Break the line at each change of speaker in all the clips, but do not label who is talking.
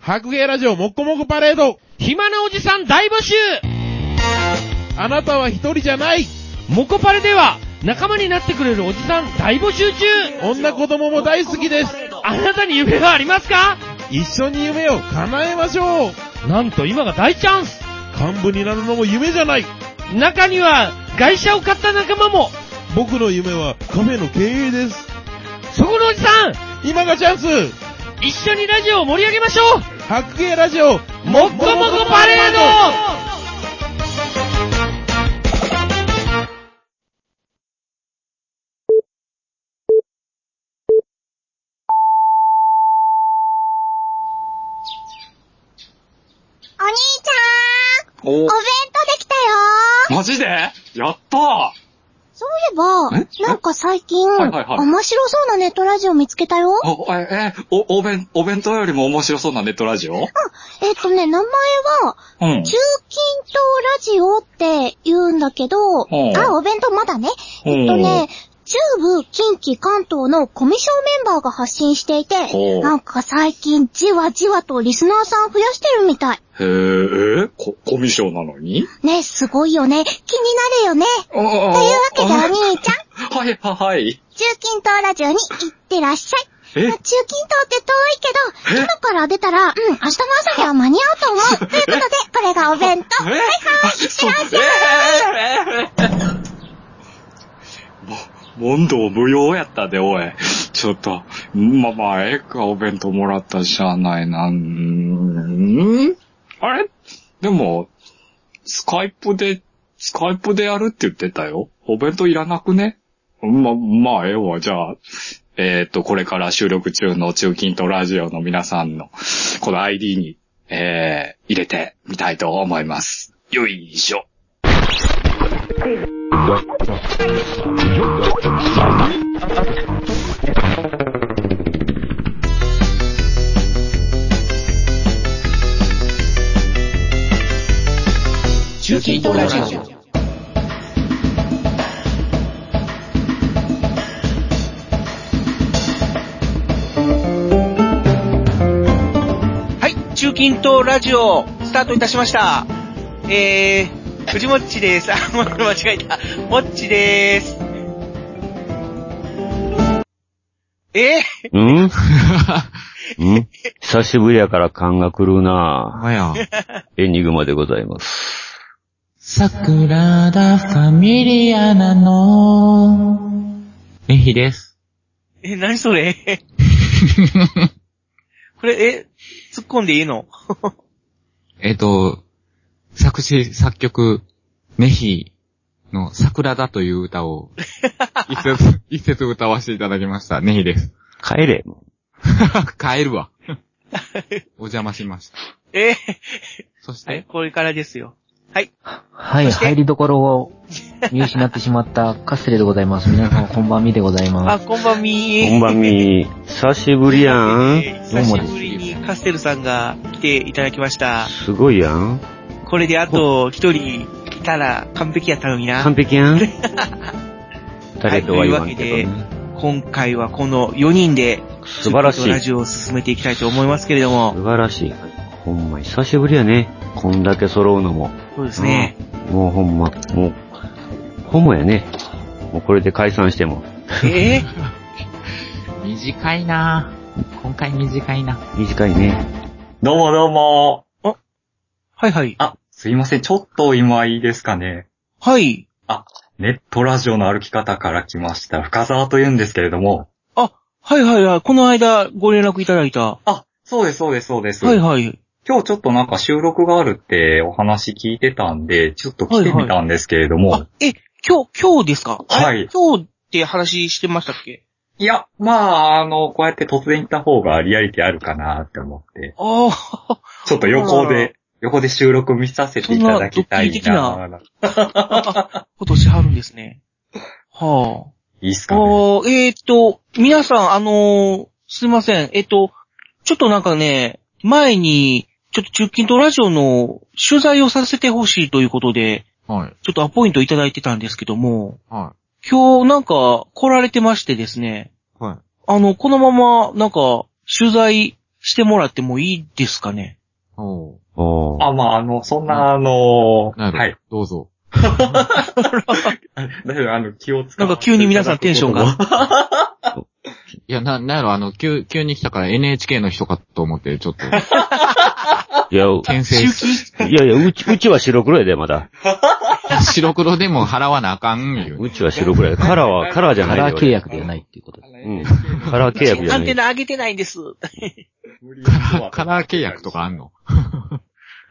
白芸ラジオもっこもこパレード
暇なおじさん大募集
あなたは一人じゃない
モコパレでは仲間になってくれるおじさん大募集中
女子供も大好きです
あなたに夢はありますか
一緒に夢を叶えましょう
なんと今が大チャンス
幹部になるのも夢じゃない
中には外車を買った仲間も
僕の夢はカフェの経営です
そこのおじさん
今がチャンス
一緒にラジオを盛り上げましょう
白芸ラジオ
もっこもこパレード
お兄ちゃんお弁当できたよ
マジでやったーは
そういえ
え
ば、なんか最近、
はいはいはい
面白そうなネットラジオ見つけたよ。
お、え、え、お、お弁、お弁当よりも面白そうなネットラジオ
えっとね、名前は、
うん。
中近東ラジオって言うんだけど、
うん
あ、お弁当まだね。
うん
えっとね、中部、近畿、関東のコミショメンバーが発信してい
ほ
て、
う
なんか最近じわじわとリスナーさん増やしてるみたい。
へえ、こ、コミュ障なのに
ね、すごいよね。気になるよね。
ああ、と
というわけでお兄ちゃん、
ん。はい、は、はい。
中近東ラジオに行ってらっしゃい。
え
まあ中近東って遠いけど、
え
今から出たら、うん、明日の朝には間に合うと思う。ということで、これがお弁当。
え
はいはい、いって
そう
らっしゃい。
えーえーえーも問答無用やったで、おい。ちょっと、まあまあ、ええか、お弁当もらったしゃあないな。うーんあれでも、スカイプで、スカイプでやるって言ってたよ。お弁当いらなくねま、まあ、ええわ、じゃあ。えっ、と、これから収録中の中近東ラジオの皆さんの、この ID に、えー、入れてみたいと思います。よいしょ。
中近東ラジオ
はい、中近東ラジオ、スタートいたしました。えー、藤もっちです。あ、もう間違えた。もっちです。え
んん久しぶりやから勘が狂うな
まや。
エニグマでございます。
桜田ファミリアなの。えひです。
え、何そ れこれ、え、突っ込んでいいの
えっと、作詞、作曲、ねひの桜田という 歌を、一節、一節歌わせていただきました。ねひです。
帰れ。
帰るわ。お邪魔しました。
え
そし
はい、
て、
これからですよ。はい。
はい、
そして
入りどころを見失ってしまったカステレでございます。皆さん、こんばんみでございま
あ、
す。
こんばんみ
こんばんみ。久しぶりやん。
えー久しぶりにカステルさんが来ていただきました。
すごいやん。
これであと一人来たら完璧やったのにな。
完璧やん。誰とは言わん
はいとい
け
う
ど
わ
ね。
今回はこの4人で、
素晴らし
ちょっとラ
い。
ジオを進めていきたいと思いますけれども、
素晴らしい。ほんま久しぶりやね。こんだけ揃うのも。
そうですね。
もうほんま、もう、ホモやね。もうこれで解散しても。
えー
短いなぁ。今回短いな。
短いね。
どうもどうも。
はいはい。
あ、すいません。ちょっと今いいですかね。
はい。
ネットラジオの歩き方から来ました。深沢と言うんですけれども。
あ、はいはいはい。この間ご連絡いただいた。
あ、そうです、そうです、そうです。
はいはい。
今日ちょっとなんか収録があるってお話聞いてたんで、ちょっと来てみたんですけれども。
あ、え、今日、今日ですか
はい
あれ今日って話してましたっけ
いや、まあ、あの、こうやって突然行った方がリアリティあるかなって思って、
ああ、
ちょっと横
あら
で、横で収録見させていただきたい
そんなドッ
な。
今年春ですね。はあ。
いいっすかね。
ああ、えーっ、と、皆さん、あのーすいません。えーっ、と、ちょっとなんかね、前に、ちょっと中近東ラジオの取材をさせてほしいということで、
はい
ちょっとアポイントいただいてたんですけども、
は
今日なんか来られてましてですね、
いはい
あの、このままなんか取材してもらってもいいですかね
おう
おー
あ、まあ、あの、そんな、あの
なるほど。
はい。
どうぞ。
だいぶ、あの、気を使
なんか急に皆さんテンションが。
いや、な、なんやろ、あの、急、急に来たから NHK の人かと思って、ちょっと、
いや、う
牽制
周
し、
期
いやいや、うち、うちは白黒やで、まだ。
白黒でも払わなあかん、いう
うちは白黒やで。カラーは、カラーじゃ
カ
ない
ラー
よ。
契約ではないっていうことで。
うん。カラー契約じゃ
ア
な
ンテ
い。
ナ上げてないんです。
カラー契約とかあんの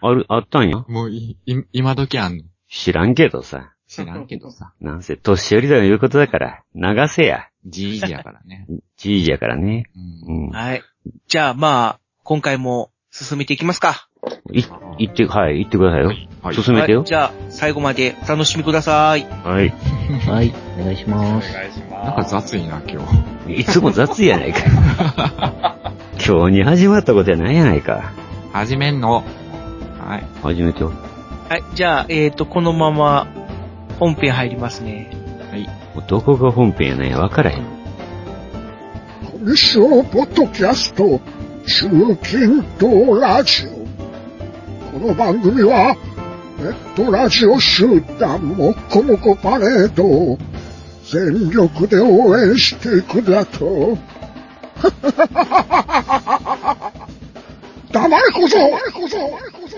ある、あったんや。
もうい、い、今時あんの
知らんけどさ。
知らんけど さ。
なんせ、年寄りだということだから、流せや。
G やからね。
じいじやからね。
うん。
うん。
はい。じゃあまあ、今回も進めていきますか。
い、行って、はい、行ってくださいよ。
はい。
進めてよ
はい。じゃあ、最後までお楽しみください。
はい。
はい、お願いし
お
ます。
願いします。
なんか雑いな、今
いつも雑やないか。今日に始まったことやないやないか。
日。始めんの。はい。
始めてよ。
はい。じゃあ、えっ、と、このまま、本編入りますね。
もうどこが本編やないや分からへん。
本性ポッドキャスト、中近東ラジオ。この番組は、ネットラジオ集団もっこもこパレードを全力で応援していくだ と。 黙れこそ黙れこそ黙れこそ黙れこそ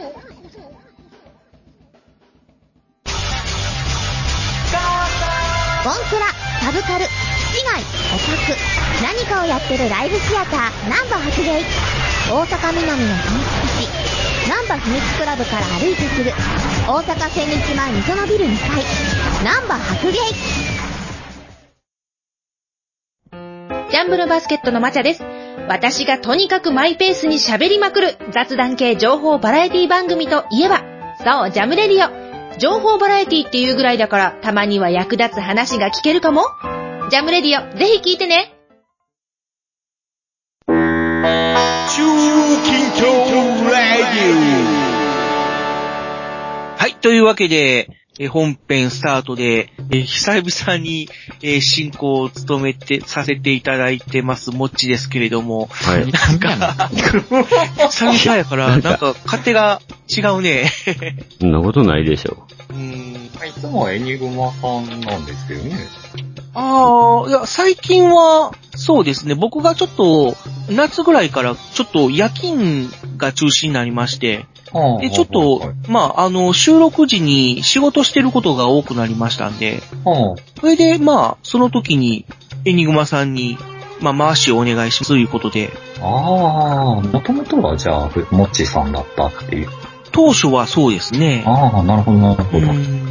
ボンクラ、サブカル、室外、オタク、何かをやってるライブシアター、ナンバ発芸。大阪南の秘密基地、ナンバ秘密クラブから歩いてすぐ、大阪千日前溝のビル2階、ナンバ発芸。ジャンブルバスケットのまちゃです。私がとにかくマイペースに喋りまくる雑談系情報バラエティ番組といえば、そう、ジャムレディオ。情報バラエティっていうぐらいだから、たまには役立つ話が聞けるかも。ジャムレディオ、ぜひ聞いてね。
はい。というわけで、えー本編スタートで、えー久々に、えー進行を務めて、させていただいてます、もっちですけれども、
はい。
なんか、
久々やから、なんか、勝手が違うね。
そんなことないでしょ。
うーん
いつもエニグマさんなんですけどね。
ああ、いや、最近は、そうですね、僕がちょっと、夏ぐらいから、ちょっと夜勤が中心になりまして、で、ちょっと、まあ、あの、収録時に仕事してることが多くなりましたんで、それで、まあ、その時に、エニグマさんに、まあ、回しをお願いしますということで、
ああ、もともとはじゃあ、もっちさんだったっていう。
当初はそうですね。
ああ、なるほど、なるほど。
うん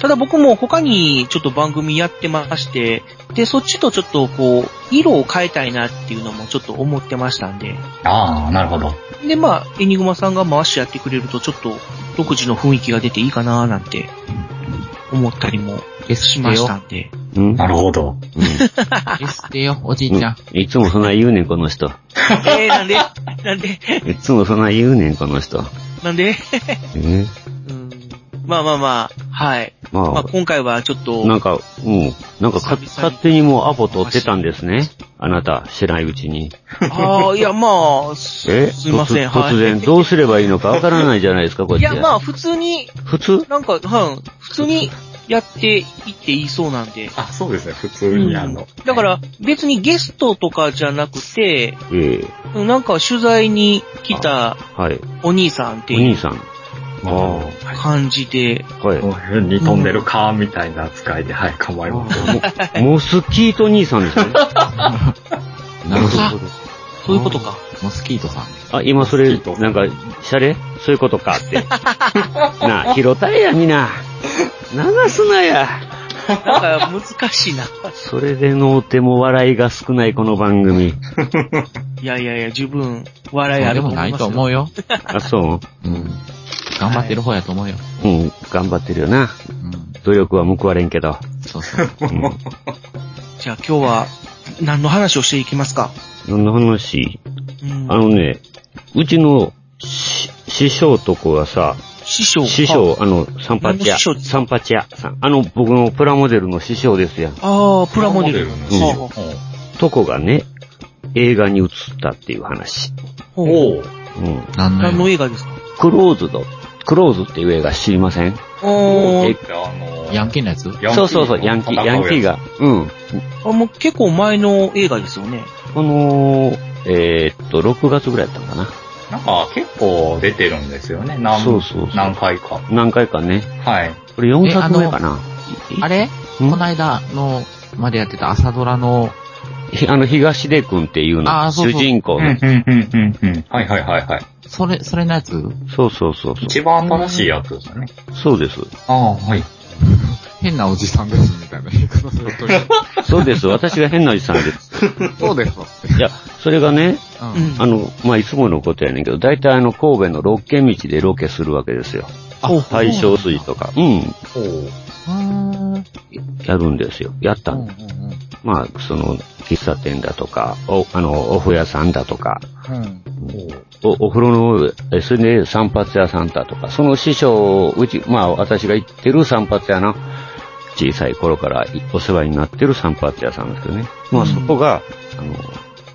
ただ僕も他にちょっと番組やってまして、で、そっちとちょっとこう、色を変えたいなっていうのもちょっと思ってましたんで、
ああ、なるほど。
で、まあ、エニグマさんが回しやってくれると、ちょっと、独自の雰囲気が出ていいかなーなんて、思ったりも
消し
してま
よ
し。たんで。
うん
なるほど。
消してよ、おじいちゃん。
いつもそんな言うねん、この人。
えー、なんでなんで
いつもそんな言うねん、この人。
なんで
え
うんまあまあまあ、はい。まあ
ま
今回はちょっ
あ、な
と、
んか、うん。なんか
久々
か、
に
勝手にもうアポ取ってたんですね。あなた、知らないうちに。
ああ、いやまあ、す
え
すいません、
突
はい。
突然、どうすればいいのかわからないじゃないですか、こっ
い
ち
や
は。
まあ普通に、
普通
なんか、はい、普通にやっていっていいそうなんで。
あ、そうですね、普通にあの。
だから別にゲストとかじゃなくて、
ええ
なんか取材に来た
はい。
お兄さんって
お
いう
兄さん。ああ、
あ
感じで、
はい
あ、こ。の辺に飛んでるか、みたいな扱いで、はい、構いません。
もモスキート兄さんです ね。
なるほど。
そういうことか。
モスキートさんね。
あ、今それ、
モスキート
なんか、シャレそういうことか って。なあ、拾ったれや、みな。流すなや。
なんか難しい な。
それでのうても笑いが少ないこの番組。
いやいやいや、十分笑い
そ
あ
うで
ると
も
思
ないい
ま
と
す
思
よ。
うよ。
あ、そう
うん。頑張ってる方やと思うよ。
うん、頑張ってるよな。
うん。
努力は報われんけど。
そうそう。
うん。
じゃあ今日は何の話をしていきますか。
何の話
うん
あのね、うちのし師匠とこがさ、
師匠。
師。匠、あの、サンパチ
何
ャ
の師匠です
サンパチャさん。あの、僕のプラモデルの師匠ですやん。
ああ、プラモデル。
プラモ
デル
は
とこがね、映画に映ったっていう話。
あお
お。
うん。
何
何の映画ですか
クローズド。クローズっていう映画知りません
お
え
ー。
ヤンキーのやつ
そうそうそう、ヤンキー、ヤンキーが。うん。
あ、もう結構前の映画ですよね。
この、えーっと、6月ぐらいだったのかな。
なんか結構出てるんですよね。何
そうそうそう
何回か。
何回かね。
はい。
これ4作目かな。
あれこの間の、までやってた朝ドラの、
ひ あの、東出くんっていうの。
あーそうそう
主人公の。
うんうんうんうん。はいはいはいはい。
それ、それのやつ
そうそうそうそう。
一番新しいやつですよね。
そうです。
ああ、はい。
変なおじさんです、みたいな言い方するという。
そう です。私が変なおじさんです。
そうです。
いや、それがね、
うん
あの、まあ、いつものことやねんけど、大体あの、神戸の六軒道でロケするわけですよ。大正水とか。うん。やるんですよ。やったんだ。まあ、その、喫茶店だとか、お、あの、お風呂屋さんだとか、
うん。
お、お風呂の、えそれで散髪屋さんだとか、その師匠、うち、まあ、私が行ってる散髪屋の、小さい頃からいお世話になってる散髪屋さんですけどね。まあ、そこが、あの、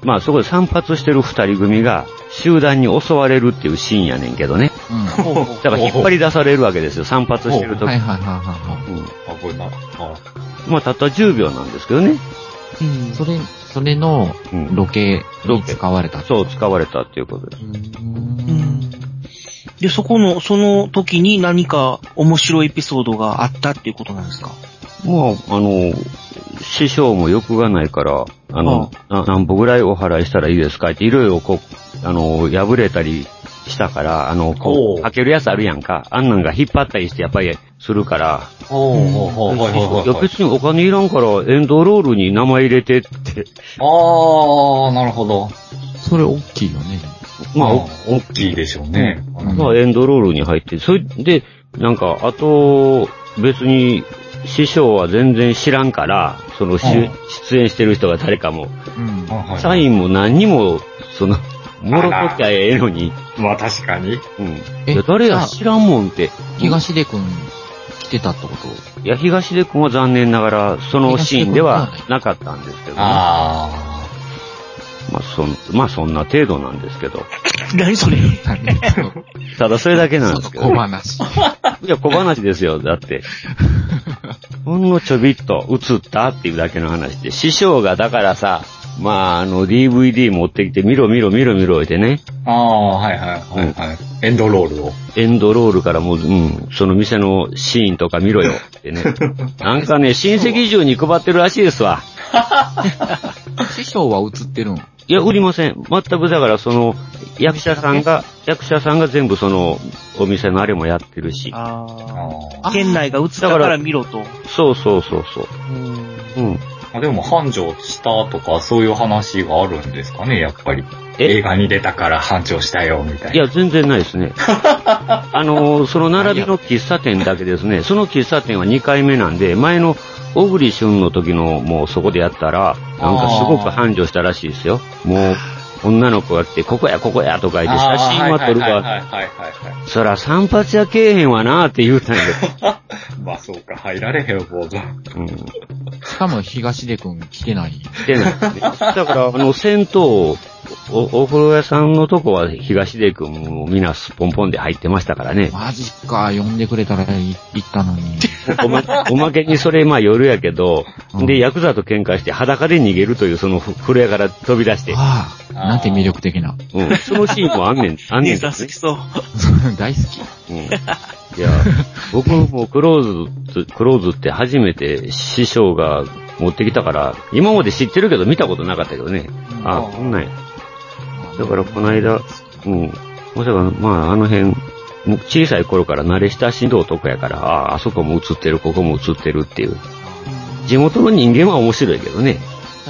まあ、そこで散髪してる二人組が、集団に襲われるっていうシーンやねんけどね。だから引っ張り出されるわけですよ、散髪してるとき。
はいはいはいは
うん
あ、これな。あ
まあ、たった10秒なんですけどね。
い。それ、それのロケに使われた。
そう、使われたっていうことで。
で、そこの、その時に何か面白いエピソードがあったっていうことなんですか
まあ、あの、師匠も欲がないから、あの、な何歩ぐらいお払いしたらいいですかって、いろいろこう、あの、破れたりしたから、あの、こう、開けるやつあるやんか。あんなんが引っ張ったりして、やっぱり、するから、
おおはいはいはい
や、
いはい。
別にお金いらんから、エンドロールに名前入れてって。
ああ、なるほど。
それ大きいよね。
まあ、
大きいでしょうね。
まあ、エンドロールに入って、それで、なんか、あと、別に、師匠は全然知らんから、その、し
うん
出演してる人が誰かも、
うん。
サインも何にも、その、もろときゃええのに。
まあ確かに。
うん。いや、誰や知らんもんって。
東出くん、来てたってこと
いや、東出君は残念ながら、そのシーンではなかったんですけど、ね。
あ
まあ、そん、まあ、そんな程度なんですけど。
何 それ
ただそれだけなんですけど。
小話。
いや、小話ですよ、だって。ほんのちょびっと映ったっていうだけの話で、師匠がだからさ、まあ、あの、DVD 持ってきて、見ろ見ろ見ろ見ろ言ってね。
ああ、はいはいはいはい。エンドロールを。
エンドロールからもう、うん、その店のシーンとか見ろよって ね。なんかね、親戚中に配ってるらしいですわ。
師匠は映ってるん
いや、売りません。全くだから、その、役者さんが、役者さんが全部その、お店のあれもやってるし。
店内が映ったから見ろと。
そうそうそうそう。うん。
まあでも繁盛したとかそういう話があるんですかね、やっぱり。映画に出たから繁盛したよ、みたい
いや、全然ないですね。 あの、その並びの喫茶店だけですね。その喫茶店は2回目なんで、前の小栗旬の時のもうそこでやったら、なんかすごく繁盛したらしいですよ。もう、女の子が来て、ここやここやとか
な。
言って、写真は撮る
あーはい
が、
はいはいはいはいは
そら散髪屋けえへんわなーって言うたんや
い。 まあそうか、入られへんよ、坊主。
けど。うん
しかも東出くん来てない。
出ないですね。だから、あの、銭湯、お、お風呂屋さんのとこは東出くんもみんなすっぽんぽんで入ってましたからね。
マジか、呼んでくれたらい行ったの に。
おまおまけにそれ、まあ夜やけど、で、ヤクザと喧嘩して裸で逃げるという、そのふ風呂屋から飛び出して。
なんて魅力的な。
うん。そのシーンもあんねん、あんねん。
好きそう。
大好き。
うん。いや、僕もクローズ、クローズって初めて師匠が持ってきたから、今まで知ってるけど見たことなかったけどね。あ、こんなんや。だからこの間、うん。まさか、まああの辺、もう小さい頃から慣れ親しんど男やから、ああ、あそこも映ってる、ここも映ってるっていう。地元の人間は面白いけどね。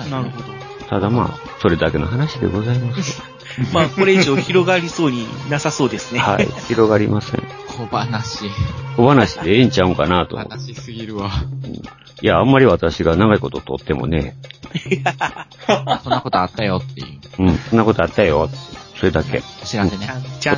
なるほど。
ただまあ、それだけの話でございます。
まあ、これ以上広がりそうになさそうですね。
はい。広がりません。
小話。
小話でええんちゃうんかなと思って。
話すぎるわ。
いや、あんまり私が長いこと撮ってもね、
そんなことあったよっていう。
うん、そんなことあったよ。それだけ。
お知らせね。
うん、ちゃん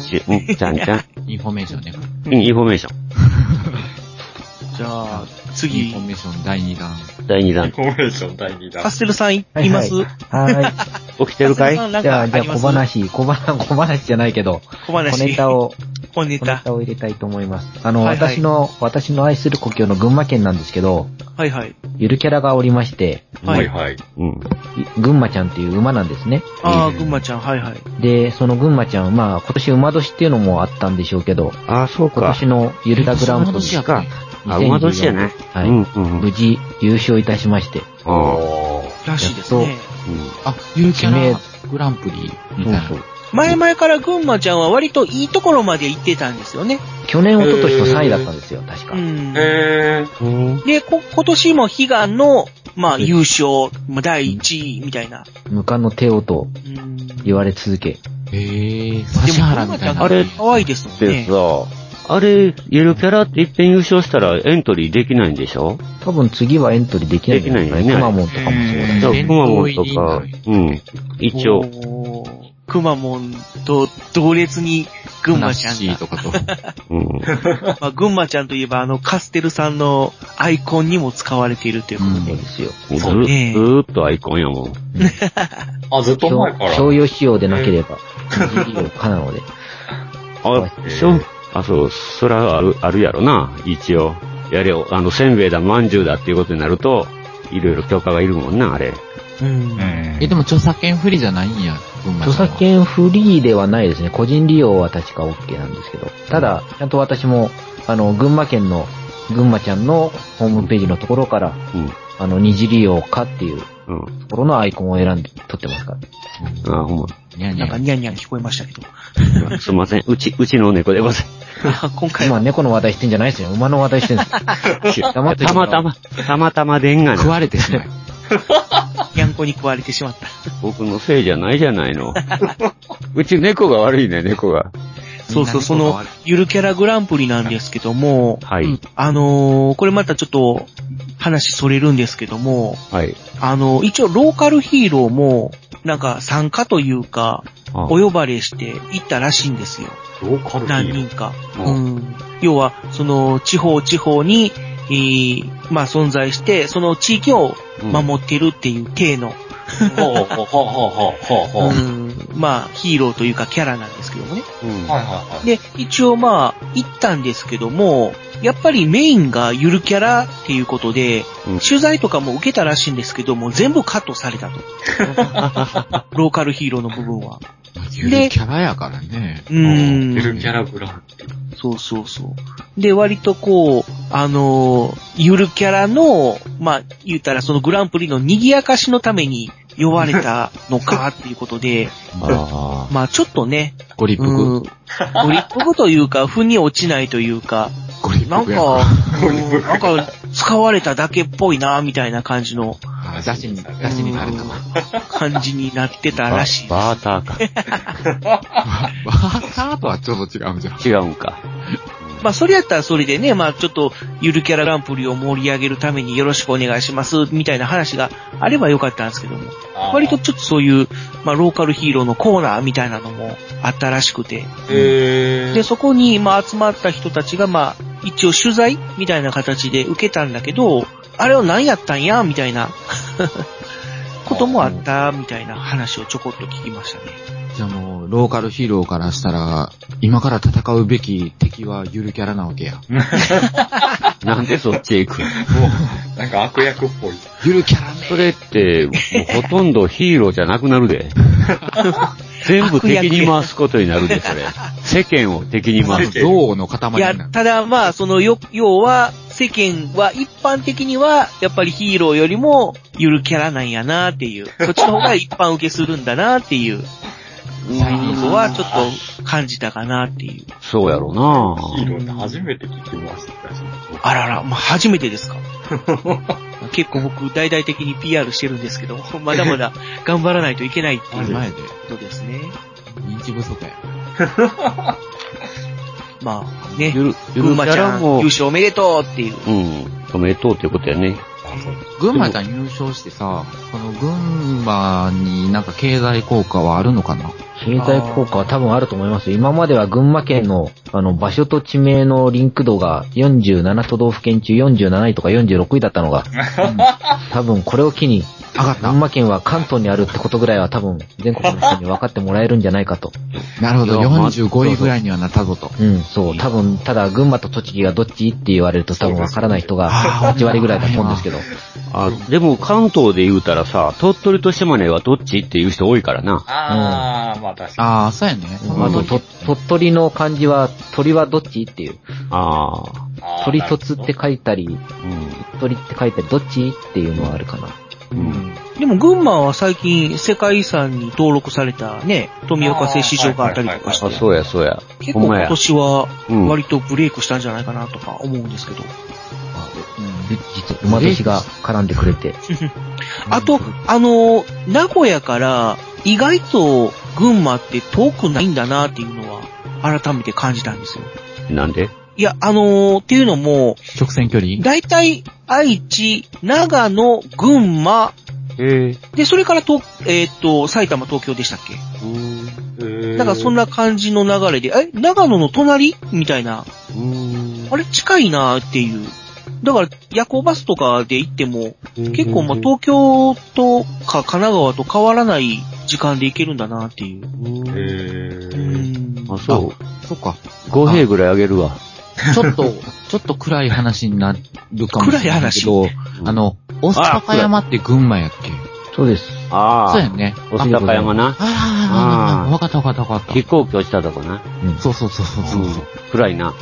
ちゃん。
インフォメーションね。
うんインフォメーション。
じゃあ、次。
インフォメーション第2弾。
第2弾。
コンベンション第2弾。
カステルさんいいます
はい。
起きてるかい
じ
あ
ゃ
な
あ、
ん
じ
か
ゃ
あ
あ
りま
小
す
話、小話、小話じゃないけど、
小話
小ネタを、
小ネタ。
小を入れたいと思います。あの、
はいはい
私の、私の愛する故郷の群馬県なんですけど、
はいはい。
ゆるキャラがおりまして、
はい
はい。
うん。
い群馬ちゃんっていう馬なんですね。
ああ、ぐんまちゃん、はいはい。
で、その群馬ちゃん、まあ、今年馬年っていうのもあったんでしょうけど、
ああ、そうか。
今年のゆるたグランプリ
今年馬年やったんやあ馬年やね
2014はい、
うんうんうん
無事優勝いたしまして、
あ
らしいですね。
あ、ゆるキャ
知名
ラグランプリみたいな。
前々からぐんまちゃんは割といいところまで行ってたんですよね。
去年、一昨年と3位だったんですよ、確か
う。ん。
え
うん。
で、こ、今年も悲願の、まあ、優勝、まあ第1位みたいな。
無冠の帝王と
うん。で
言われ続け、
へぇー、
も、
指原みたいな。
あれ
可愛いですもん
で
ね
さ。、あれ、ゆるキャラって一遍優勝したらエントリーできないんでしょ
多分次はエントリーできないんじゃないかな
できないよね
くまモンとかもそうだし。
じゃあ、く
伝
まモ
統
ン
入
と
りにな
か
る、
うん。一応、
おー。くまモンと同列にぐんまちゃん
シー
が。
とかと。
うん。
まあ、ぐんまちゃんといえば、あの、カステルさんのアイコンにも使われているということで。
そうですよ。
ず、ず
そう
ね
ーっとアイコンやもん。
あ、ずっと前から。
商用仕様でなければ、二次利用可なので。
あ、しょ、あ、そう、そらある、あるやろな、一応。やれよ、あの、せんべいだ、まんじゅうだっていうことになると、いろいろ許可がいるもんな、あれ。
うん。
え、でも著作権不利じゃないんや、群馬ちゃん
著
は
作権フリーではないですね。個人利用は確か OK なんですけど。ただ、ちゃんと私も、あの、群馬県の、群馬ちゃんのホームページのところから、
うん。
あの、二次利用かっていう
うん。
ところのアイコンを選んで撮ってますから。
あ、ほんま。
にゃに
なんか
ゃ。
ニャンニャン聞こえましたけど。
すいません。うち、うちの猫でござい
あ今回は
今、猫の話題してんじゃないですよ。馬の話題してんです。
ます。
黙って
たまたま、たまたまでんが
食
な。
われてしまう。
ニャンコに食われてしまった。
僕のせいじゃないじゃないの。うち猫が悪いね、猫が。
そうそう、その、ゆるキャラグランプリなんですけども、
はい。
あのーこれまたちょっと、話それるんですけども、
はい。
あのー一応ローカルヒーローも、なんか参加というか、
あ
お呼ばれして行ったらしいんですよ。
ローカルヒ
何
ーロ
人
ー。
か。
う
うん要は、その、地方地方に、えーまあ存在して、その地域を守ってるっていう体の、
ほうほうほうほうほうほうほう。
うんまあヒーローというかキャラなんですけどもね。
うん
はいはいはい。
で、一応まあ、行ったんですけども、やっぱりメインがゆるキャラっていうことで、
うん
取材とかも受けたらしいんですけども、全部カットされたと。ローカルヒーローの部分は。
ゆるキャラやからね。
うーん
ゆるキャラグランプリ。
そうそうそう。で、割とこう、あのーゆるキャラの、まあ、言ったらそのグランプリの賑やかしのために呼ばれたのかっていうことで、
あ
まあちょっとね、
あ。ご立
うん、
腹。
ご立腹というか、腑に落ちないというか、
ご立
なん
腹や
か
か、
うんなんか、使われただけっぽいな、みたいな感じの、
ら。出しに、出しになるかな。
感じになってたらしい。
バーターか。
バーターとはちょっと違うんじゃん。
違うんか。
まあ、それやったらそれでね、まあ、ちょっと、ゆるキャラグランプリを盛り上げるためによろしくお願いします、みたいな話があればよかったんですけども、
あー
割と、ちょっとそういう、まあ、ローカルヒーローのコーナーみたいなのもあったらしくて、
え
で、そこに、まあ、集まった人たちが、まあ、一応取材みたいな形で受けたんだけど、あれは何やったんやみた いな、こともあった、みたいな話をちょこっと聞きましたね。
じゃあもう、ローカルヒーローからしたら、今から戦うべき敵はゆるキャラなわけや。
なんでそっちへ行く
もう、なんか悪役っぽい。
ゆるキャラね。
それって、もうほとんどヒーローじゃなくなるで。全部敵に回すことになるで、それ。世間を敵に
ま
回
ず、
す。
憎悪の塊
い
にな
や、
る。
ただまあ、その、よ、要は、世間は一般的には、やっぱりヒーローよりも、ゆるキャラなんやなって いう、そっちの方が一般受けするんだなっていう、ことはちょっと感じたかなっていう。
そうやろな
ヒーローって初めて聞きましたし。
あらら、まあ、初めてです か。結構僕、大々的に PR してるんですけど、まだまだ頑張らないといけないっていう
前で、
ことですね。
認知不足や。
まあ、ね、
ゆる、ゆ
ぐ
る
ん
キ
まち
ャ
ゃ
ラ
ん、
も
優、勝おめでとうっていう。
うん、おめでとうってことやね。
群馬ちゃん優勝してさ、この群馬になんか経済効果はあるのかな
経済効果は多分あると思います。今までは群馬県の、あの、場所と地名のリンク度が47都道府県中47位とか46位だったのが、多分これを機に、群馬県は関東にあるってことぐらいは多分全国の人に分かってもらえるんじゃないかと。
なるほど、
いやまあ
45位ぐらいにはなったぞと。
うん、そう。多分、ただ群馬と栃木がどっちって言われると多分分からない人が8割ぐらいだと思うんですけど。
あ、でも関東で言うたらさ、鳥取と島根はどっちっていう人多いからな。
ああ、まあ確か
ああ、そうやね。あと、と鳥取の漢字は、鳥はどっちっていう。
あ
あ
鳥突って書いたり、鳥って書いたり、どっちっていうのはあるかな。
でも群馬は最近世界遺産に登録されたね、富岡製糸場があったりとかして、
あ、そうや、そうや。
結
ほ
構
んま
今
や。
年は割とブレイクしたんじゃないかなとか思うんですけど。
実は馬年が絡んでくれて。
あと、あのー、名古屋から意外と群馬って遠くないんだなっていうのは改めて感じたんですよ。
なんで
いや、あのー、っていうのも、
直線距離。
大体愛知、長野、群馬、
え
で、それからと、えーっと、埼玉、東京でしたっけ
え
なんかそんな感じの流れで、え、長野の隣みたいな。あれ近いなっていう。だから夜行バスとかで行っても、結構まあ東京とか神奈川と変わらない時間で行けるんだなっていう。
あ、そう
そうか。
5平ぐらいあげるわ。
ちょっと、 ちょっと暗い話になるかもしれないけど、あの、大阪山って群馬やっけ
そうです。
ああ。
そうやんね。
お高山な。
ああ、わかったわかったわかった。
飛行機落ちたとこな。
そうそうそうそうそう。
暗いな。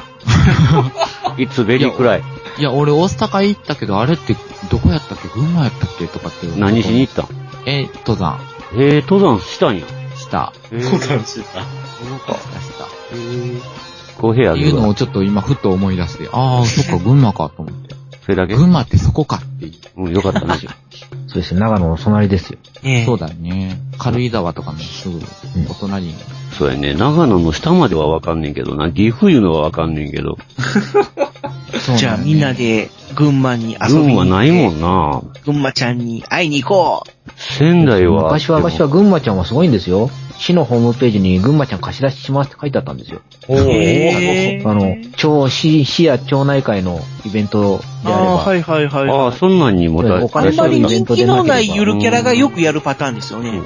いつベリー暗い。
いや、俺、大阪行ったけど、あれって、どこやったっけ群馬やったっけとかって。
何しに行ったん
え、登山。
ええ、登山したんや。
した。
登山
した。
なんかしたした。
5平
っ
あ
て
げ
いう
る
の
わ。
をちょっと今、ふと思い出して、あ あ、そっか、群馬かと思って。
それだけ
群馬ってそこかっていう。
うん、よかったね。
そうですね、長野の隣ですよ。
そうだね。軽井沢とかのすぐ、お隣に。
そうやね。長野の下まではわかんねんけどな。岐阜いうのはわかんねんけど。
じゃあみんなで群馬に遊び
群
に
馬
行っ
ないもんな。
て、群馬ちゃんに会いに行こう
仙台は。
昔は、昔は群馬ちゃんはすごいんですよ。市のホームページに群馬ちゃん貸し出ししますって書いてあったんですよ。
お
へ
あの、町、市、市や町内会のイベントであれば。
いはいはい。
ああ、そんなんにもた
お
あ
金
んまり人気のないゆるキャラがよ
く。
くやるパターンですよね。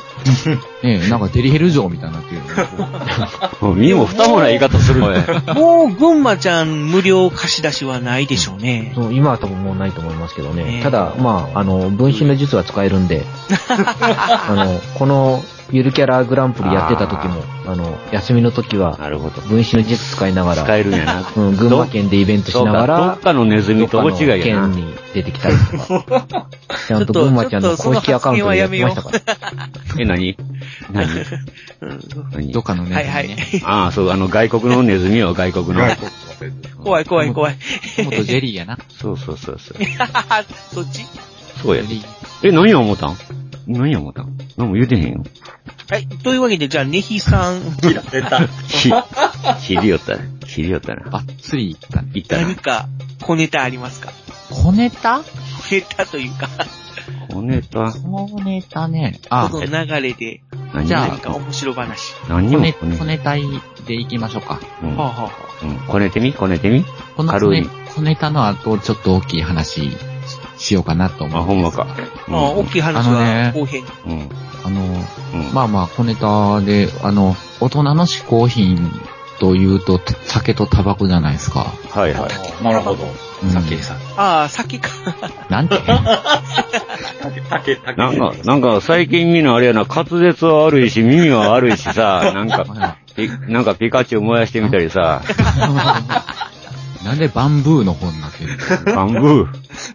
ええ、なんかデリヘル城みたいになってるよね。
身も蓋もない言い方するね。
もう群馬ちゃん無料貸し出しはないでしょうね。
そう今は多分もうないと思いますけど
え
ね。
え
ただ、まあ、あの、分身の術は使えるん で、あの、この、ゆるキャラグランプリやってた時も、あの、休みの時は、分身の術使いながら、
使えるんやな
うん、群馬県でイベントし
そ
なが
うかど
ら
っ、かのネズミと大違いやな
どっかの県に出てきたりとか、 ちゃんと群馬ちゃんの公式アカウントでやってましたから。
え、何何何
どっかの
はいはい。
ああ、そう、あの、外国のネズミよ、外国の。
怖い怖い怖い。
元ジェリーやな。
そうそうそうそう。
そっち
そうや。え、何や思ったん何や思ったん何も言うてへん よ。
はい。というわけで、じゃあ、ネヒさん。
出た。
ひ、ひりよったな。ひりよったな。
ばっつりいったね。
いった
何
な。
か、小ネタありますか
小ネタ
小ネタというか、
小ネタ。
小ネタね。あ、
この流れで、
何
じゃあ
何か面白話。
何
小
も
ネ、
こね
小、ネタでいきましょうか。
うん
はあ、は
うんこねてみこねてみ
この小
軽
ネ
い。
小ネタの後、ちょっと大きい話ししようかなと思う。
あ、ほんまか。
あはあ、ああ大きい話
あ
は
のね
後編。
うん。
あの、
うん
まあまあ、小ネタで、あの、大人の嗜好品というと、酒とタバコじゃないですか。
はいはい。
なるほど。
うん
酒さ。
ああ、先か。
なんて
酒、酒。
なんか、なんか最近見るのあれやな、滑舌は悪いし、耳は悪いし さ、なんか、ピなんかピカチュウ燃やしてみたりさ、
なんでバンブーの本になってる
バンブ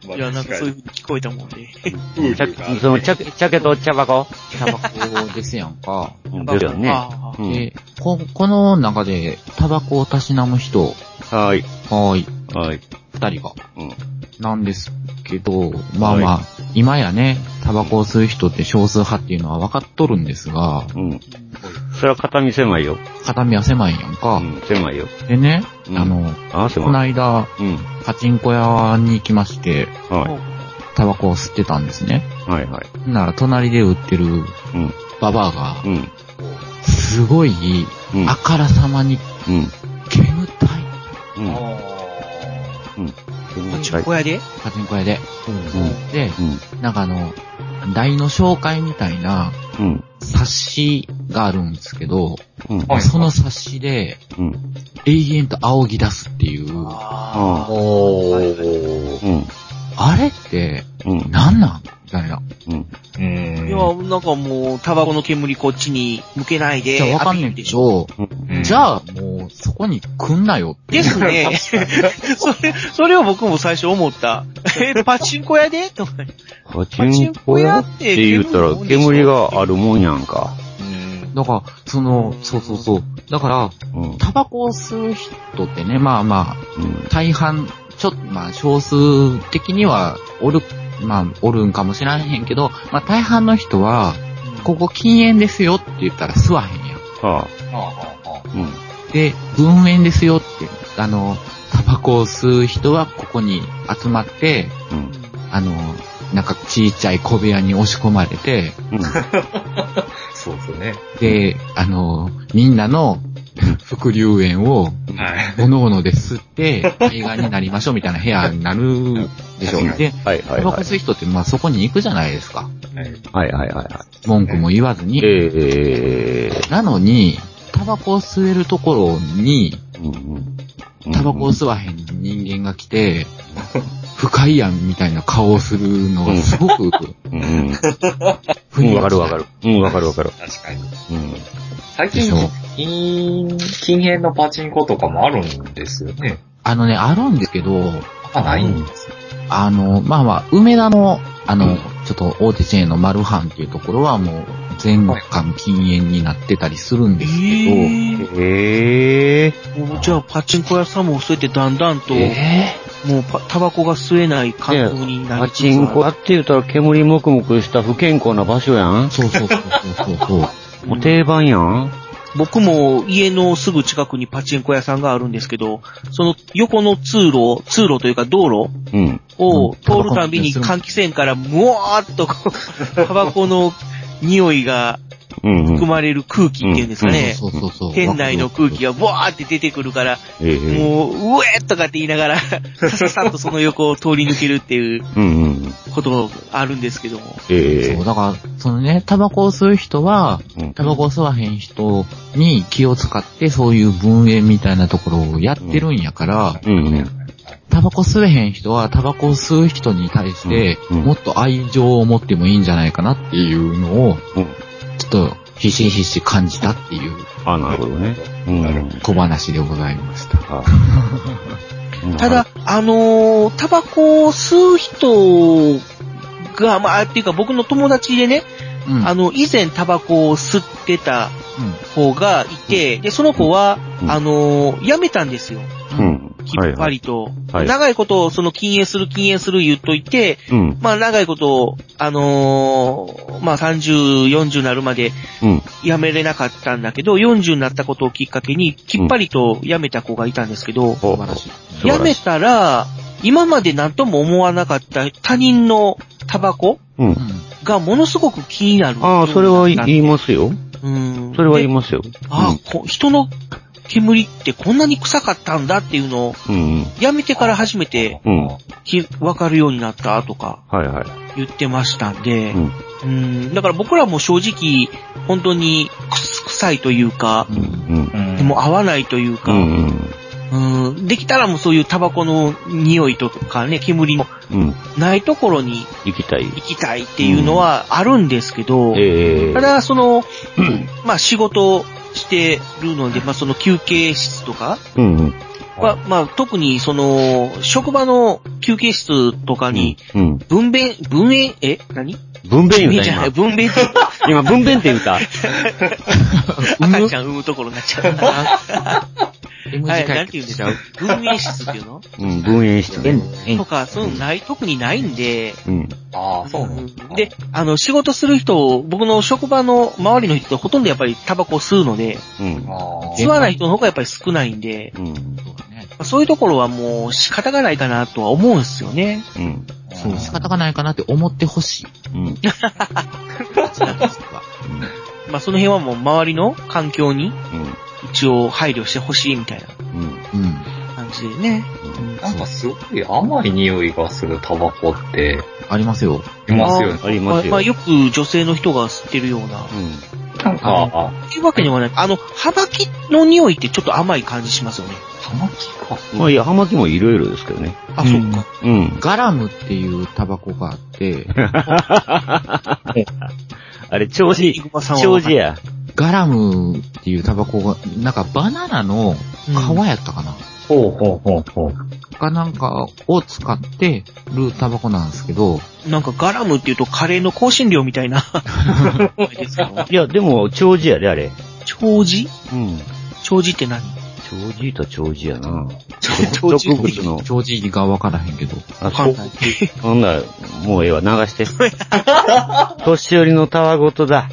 ー。
いや、なんかそういう風に聞こえたもんで。
チャそのチャチャケとチャバコ
タバコですやんか。
ですよね。
あ
うん
で、こ、この中で、タバコをたしなむ人、
はーい。
はーい、
はい。
二人が、
うん。
なんですけど、まあまあ、今やね、タバコを吸う人って少数派っていうのは分かっとるんですが、
うん。それは片身狭いよ。
片身は狭いやん
う
か。
ん、狭いよ。
でね、
うん
あの、
あ、
この
狭い。
間、
うん。
パチンコ屋に行きまして、
は
タバコを吸ってたんですね。
い。はいはい。
なら、隣で売ってる
うん。
ババアが
う、ん。
すごい、あからさまに、煙たい。
パチンコ屋で
パチンコ屋で。で、なんかあの、台の紹介みたいな、冊子があるんですけど、その冊子で、永遠と仰ぎ出すっていう。あれって、なんなんみたいな。
いや、なんかもう、タバコの煙こっちに向けないで。
じゃあわかんねんけど、じゃあもうそこに来んなよって。
ですね。それ、それを僕も最初思った。え、パチンコ屋でとか。
パチンコ屋って言ったら煙があるもんやんか。
だから、その、そうそうそう。だから、タバコを吸う人ってね、まあまあ、大半、ちょっと、まあ少数的にはおる、まあおるんかもしらんへんけど、まあ大半の人は、ここ禁煙ですよって言ったら吸わへんやん。
は
で、分煙ですよって、あの、タバコを吸う人はここに集まって、あの、なんかちっちゃい小部屋に押し込まれて、
そうですね。
で、あの、みんなの副流煙を、おのおので吸って、映画になりましょうみたいな部屋になるでしょ。で、
はいはい
タバコ吸う人って、まあそこに行くじゃないですか。
はいはいはい。
文句も言わずに。なのに、タバコを吸えるところに、タバコを吸わへん人間が来て、不快やんみたいな顔をするのがすごく、
うん。うん、わかるわかる。うん、わかるわかる。
確かに。
うん。
最近、禁、禁煙のパチンコとかもあるんですよね。
あのね、あるんですけど、
あ、ないんです
あの、まあまあ、梅田の、あの、ちょっと大手チェーンのマルハンっていうところはもう、全館禁煙になってたりするんですけ
ど、ええ
もうじゃあ、パチンコ屋さんもそうやってだんだんと、もうパ、タバコが吸えない環境にな
パ
りつつあ
チ
る
ンコ屋って言ったら煙もくもくした不健康な場所やん。
そうそうそうそうそう
もう定番やん
僕も家のすぐ近くにパチンコ屋さんがあるんですけど、その横の通路、通路というか道路
うん。
を通るたびに換気扇からムワーっとこ う、タバコの匂いが
うん、うん。
含まれる空気っていうんですかね。
そうそ うそう。
店内の空気がわーって出てくるから、
ええ
もう、うえーとかって言いながら、 さっさっとその横を通り抜けるっていう
うんうん。
ことあるんですけども。
ええ
そう、だから、そのね、タバコを吸う人は、タバコを吸わへん人に気を使って、そういう分煙みたいなところをやってるんやから、タバコ吸えへん人は、タバコを吸う人に対して、もっと愛情を持ってもいいんじゃないかなっていうのを、ちょっと、ひしひし感じたっていう、
あ、なるほどね。うん。
小話でございました。
ただ、あのータバコを吸う人が、まあ、っていうか僕の友達でね、
うん
あの、以前タバコを吸ってた子がいて、で、その子は、あのー辞めたんですよ。
うん。
きっぱりと。
はい
長いこと、その禁煙する禁煙する言っといて、
うん。
まあ、長いこと、あのーまあ、30、40になるまで
うん。
辞めれなかったんだけど、40になったことをきっかけに、きっぱりと辞めた子がいたんですけど、
素晴
らしい。
やめたら、今まで何とも思わなかった他人のタバコ
うん。
がものすごく気になる。
ああ、それは言いますよ。
うん。
それは言いますよ。
ああ、こ人の煙ってこんなに臭かったんだっていうのを、
うん。
やめてから初めて
うん。うん。
きわかるようになったとか
はいはい。
言ってましたんで、
うん。
うん、だから僕らも正直、本当にくす臭いというか、
うん。
でも合わないというか、
うん。
うん、できたらもうそういうタバコの匂いとかね、煙の
うん。
ないところに
行きたい。
行きたいっていうのはあるんですけど、
ええ
ただ、その、 まあ仕事をしてるので、まあその休憩室とか
うんうん。
は、まあ特にその、職場の休憩室とかに、
うん。
分娩、分娩、え何
分娩言う
じゃ
た
ない、
今。
分娩って
今、分娩って言うた。
赤ちゃん産むところになっちゃう。は
解
い、
決
なんて言うんでしょう。分娩室っていうの
うん、分娩室ね。
とか、そういうのない、特にないんで、
うん。
ああ、そうなん
で、あの、仕事する人、僕の職場の周りの人ってほとんどやっぱりタバコを吸うので、
うん。
吸わない人の方がやっぱり少ないんで、
うん。
そういうところはもう仕方がないかなとは思うんですよね。
うん。
そう、仕方がないかなって思ってほしい。
うん。
まあその辺はもう周りの環境に、一応配慮してほしいみたいな感じでね。
なんかすごい甘い匂いがするタバコって、
ありますよ。
いますよね。
まあまあよく女性の人が吸ってるような。
なんか、
っていうわけにはない。あの、葉巻の匂いってちょっと甘い感じしますよね。
葉巻か。
まあ、いや、葉巻もいろいろですけどね。
あ、そうか。
うん。
ガラムっていうタバコがあって、
あれ、長寿、
さんは
長寿や。
ガラムっていうタバコが、なんかバナナの皮やったかな、
ほうほうほうほう。
かなんかを使ってるタバコなんですけど、
なんかガラムっていうとカレーの香辛料みたいな。
いや、でも、長寿やで、あれ。
長寿
うん。
長寿って何
長寿と長寿やな。
長寿
植物の。
長寿がわからへんけど。
あ、そう。ほんなら、もうええわ、流 して。年寄りのたわごとだ。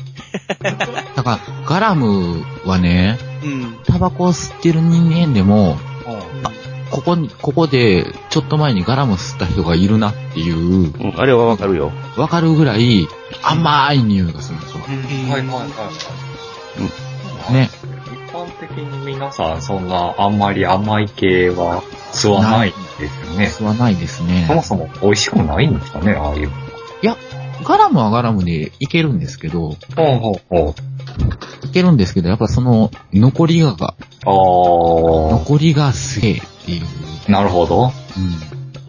だから、ガラムはね、
うん。
タバコを吸ってる人間でも、あここに、ここで、ちょっと前にガラム吸った人がいるなっていう、
あれはわかるよ。
わかるぐらい、甘い匂いがするんですよ。
はいはいはい。
ね。
一般的に皆さんそんなあんまり甘い系は吸わないんですよね。
吸わないですね。
そもそも美味しくないんですかね、ああいう。
いや、ガラムはガラムでいけるんですけど、
ほうほうほう。
いけるんですけど、やっぱその、残りがが、
あ
残りがすげえっていう。
あ、なるほど。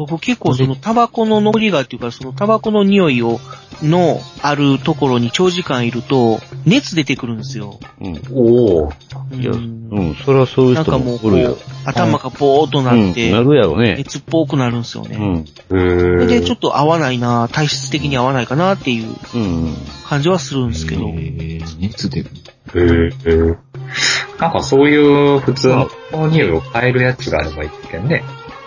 僕結構そのタバコの残りがっていうか、そのタバコの匂いを、のあるところに長時間いると、熱出てくるんですよ。
うん。
おお。
いや、うん、それはそういう
なん
人
かもう
も
こ
おるよ
う。、頭がぼーっとなっ
う
て、
んなるやろね
熱っぽくなるんですよね。
うん。
それで
で
ちょっと合わないな、体質的に合わないかなっていう
うん。
感じはするんですけど。
熱出る。
へえなんかそういう普通の匂いを変えるやつがあればいいけどね。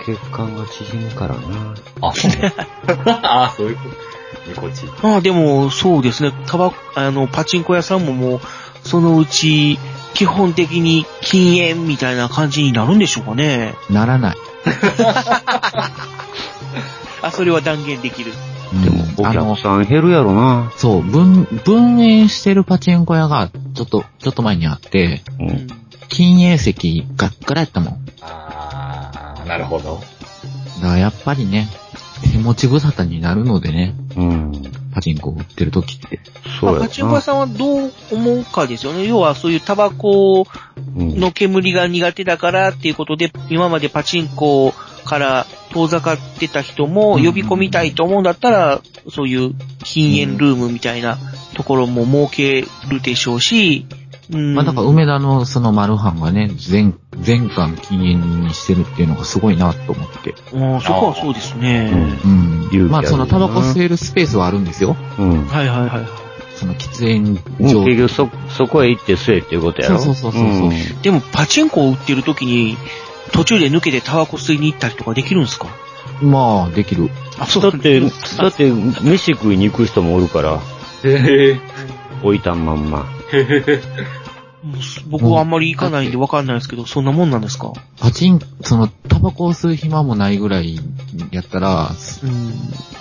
血管が縮むからな。
あ、そう ねあそういうこと。ニコチン。
まあでも、そうですね。タバコ、あの、パチンコ屋さんももう、そのうち、基本的に禁煙みたいな感じになるんでしょうかね。
ならない。
あ、それは断言できる。
でも、
お客さん減るやろな。
そう、分、分煙してるパチンコ屋が、ちょっと、ちょっと前にあって、
うん。
禁煙席がっからやったもん。だ
ああ、なるほど。
からやっぱりね、手持ち無沙汰になるのでね、
うん。
パチンコ売ってる時って。
まあ、パチンコ屋さんはどう思うかですよね。要はそういうタバコの煙が苦手だからっていうことで、今までパチンコから遠ざかってた人も呼び込みたいと思うんだったら、そういう禁煙ルームみたいなところも設けるでしょうし、うん
まあだから梅田のそのマルハンがね、全、全館禁煙にしてるっていうのがすごいなと思って。
うんそこはそうですね。
うん。
る
まあそのタバコ吸えるスペースはあるんですよ。
うん。
はいはいはい。
その喫煙
も
場
う。結局そ、そこへ行って吸えっていうことやろ。
そうそうそうそうそうん
でもパチンコを売ってる時に、途中で抜けてタバコ吸いに行ったりとかできるんですか
まあ、できる。
あ、
だって、だって、飯食いに行く人もおるから、
へえ。
置いたまんま。
僕はあんまり行かないんでわかんないですけど、そんなもんなんですか
パチン、その、タバコを吸う暇もないぐらいやったら、す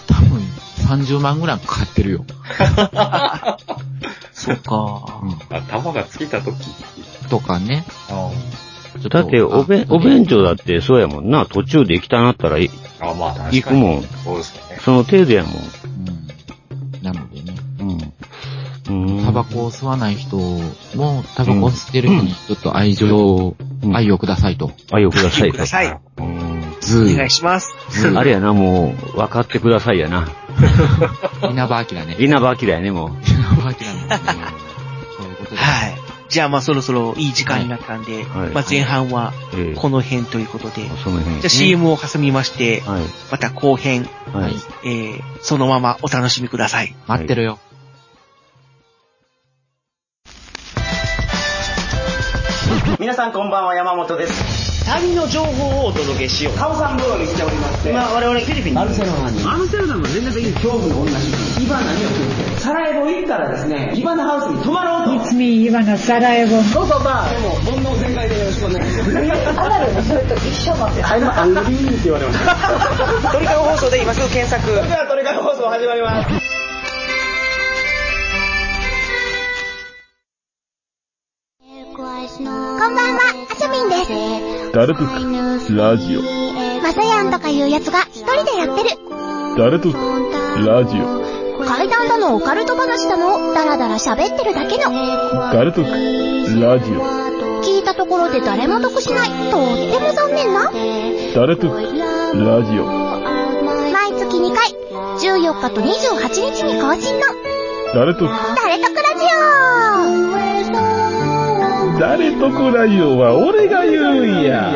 多分30万ぐらいかかってるよ。
そっか。
あ、玉が尽きた時。
とかね。
あ
だって、おべん、お弁当だってそうやもんな。途中で行きたなったらい
あ、あまあ確かに。
行くもん。
そうですよね。
その程度やも
なのでね。
ん。うん。うん。
タバコを吸わない人も、タバコを吸ってる人にちょっと愛情を、愛をくださいと。
愛をくださいと。
さい。
うん
お
ず
願
ー
いします。
あれやな、もう、分かってくださいやな。
稲葉明ね。
稲葉明やね、もう。
稲葉明な んですね。そういうことで。
はい。じゃあまあそろそろいい時間になったんで、
はい
まあ前半は
ええ
この辺ということで、
その辺。
じゃあ CM を挟みまして、
はい。
また後編、
はい。
えーそのままお楽しみください。
待ってろよ。
皆さんこんばんは山本です旅の情報をお届けしようカオサンブローに来ておりまして今我々フィリピンバルセロナにバルセロナの全然的に恐怖の女主人イバナに送ってサラエボ行ったらですねイバナハウスに泊まろうと It's me イバナサラエボどうぞバーでも煩悩全開でよろしくお願いしますアナルのそれと一緒なんですよアングリーンって言われましたトリカゴ放送で今すぐ検索それではトリカゴ放送始まります
こんばんは、あちゃみんです。
誰とか、ラジオ。
まさやんとかいうやつが一人でやってる。
誰とか、ラジオ。
階段だのオカルト話だの、だらだら喋ってるだけの。
誰とか、ラジオ。
聞いたところで誰も得しない、とっても残念な。
誰とか、ラジオ。
毎月2回、14日と28日に更新の、
誰とか、
誰とくラジオ
誰とこラジオは俺が言うんや。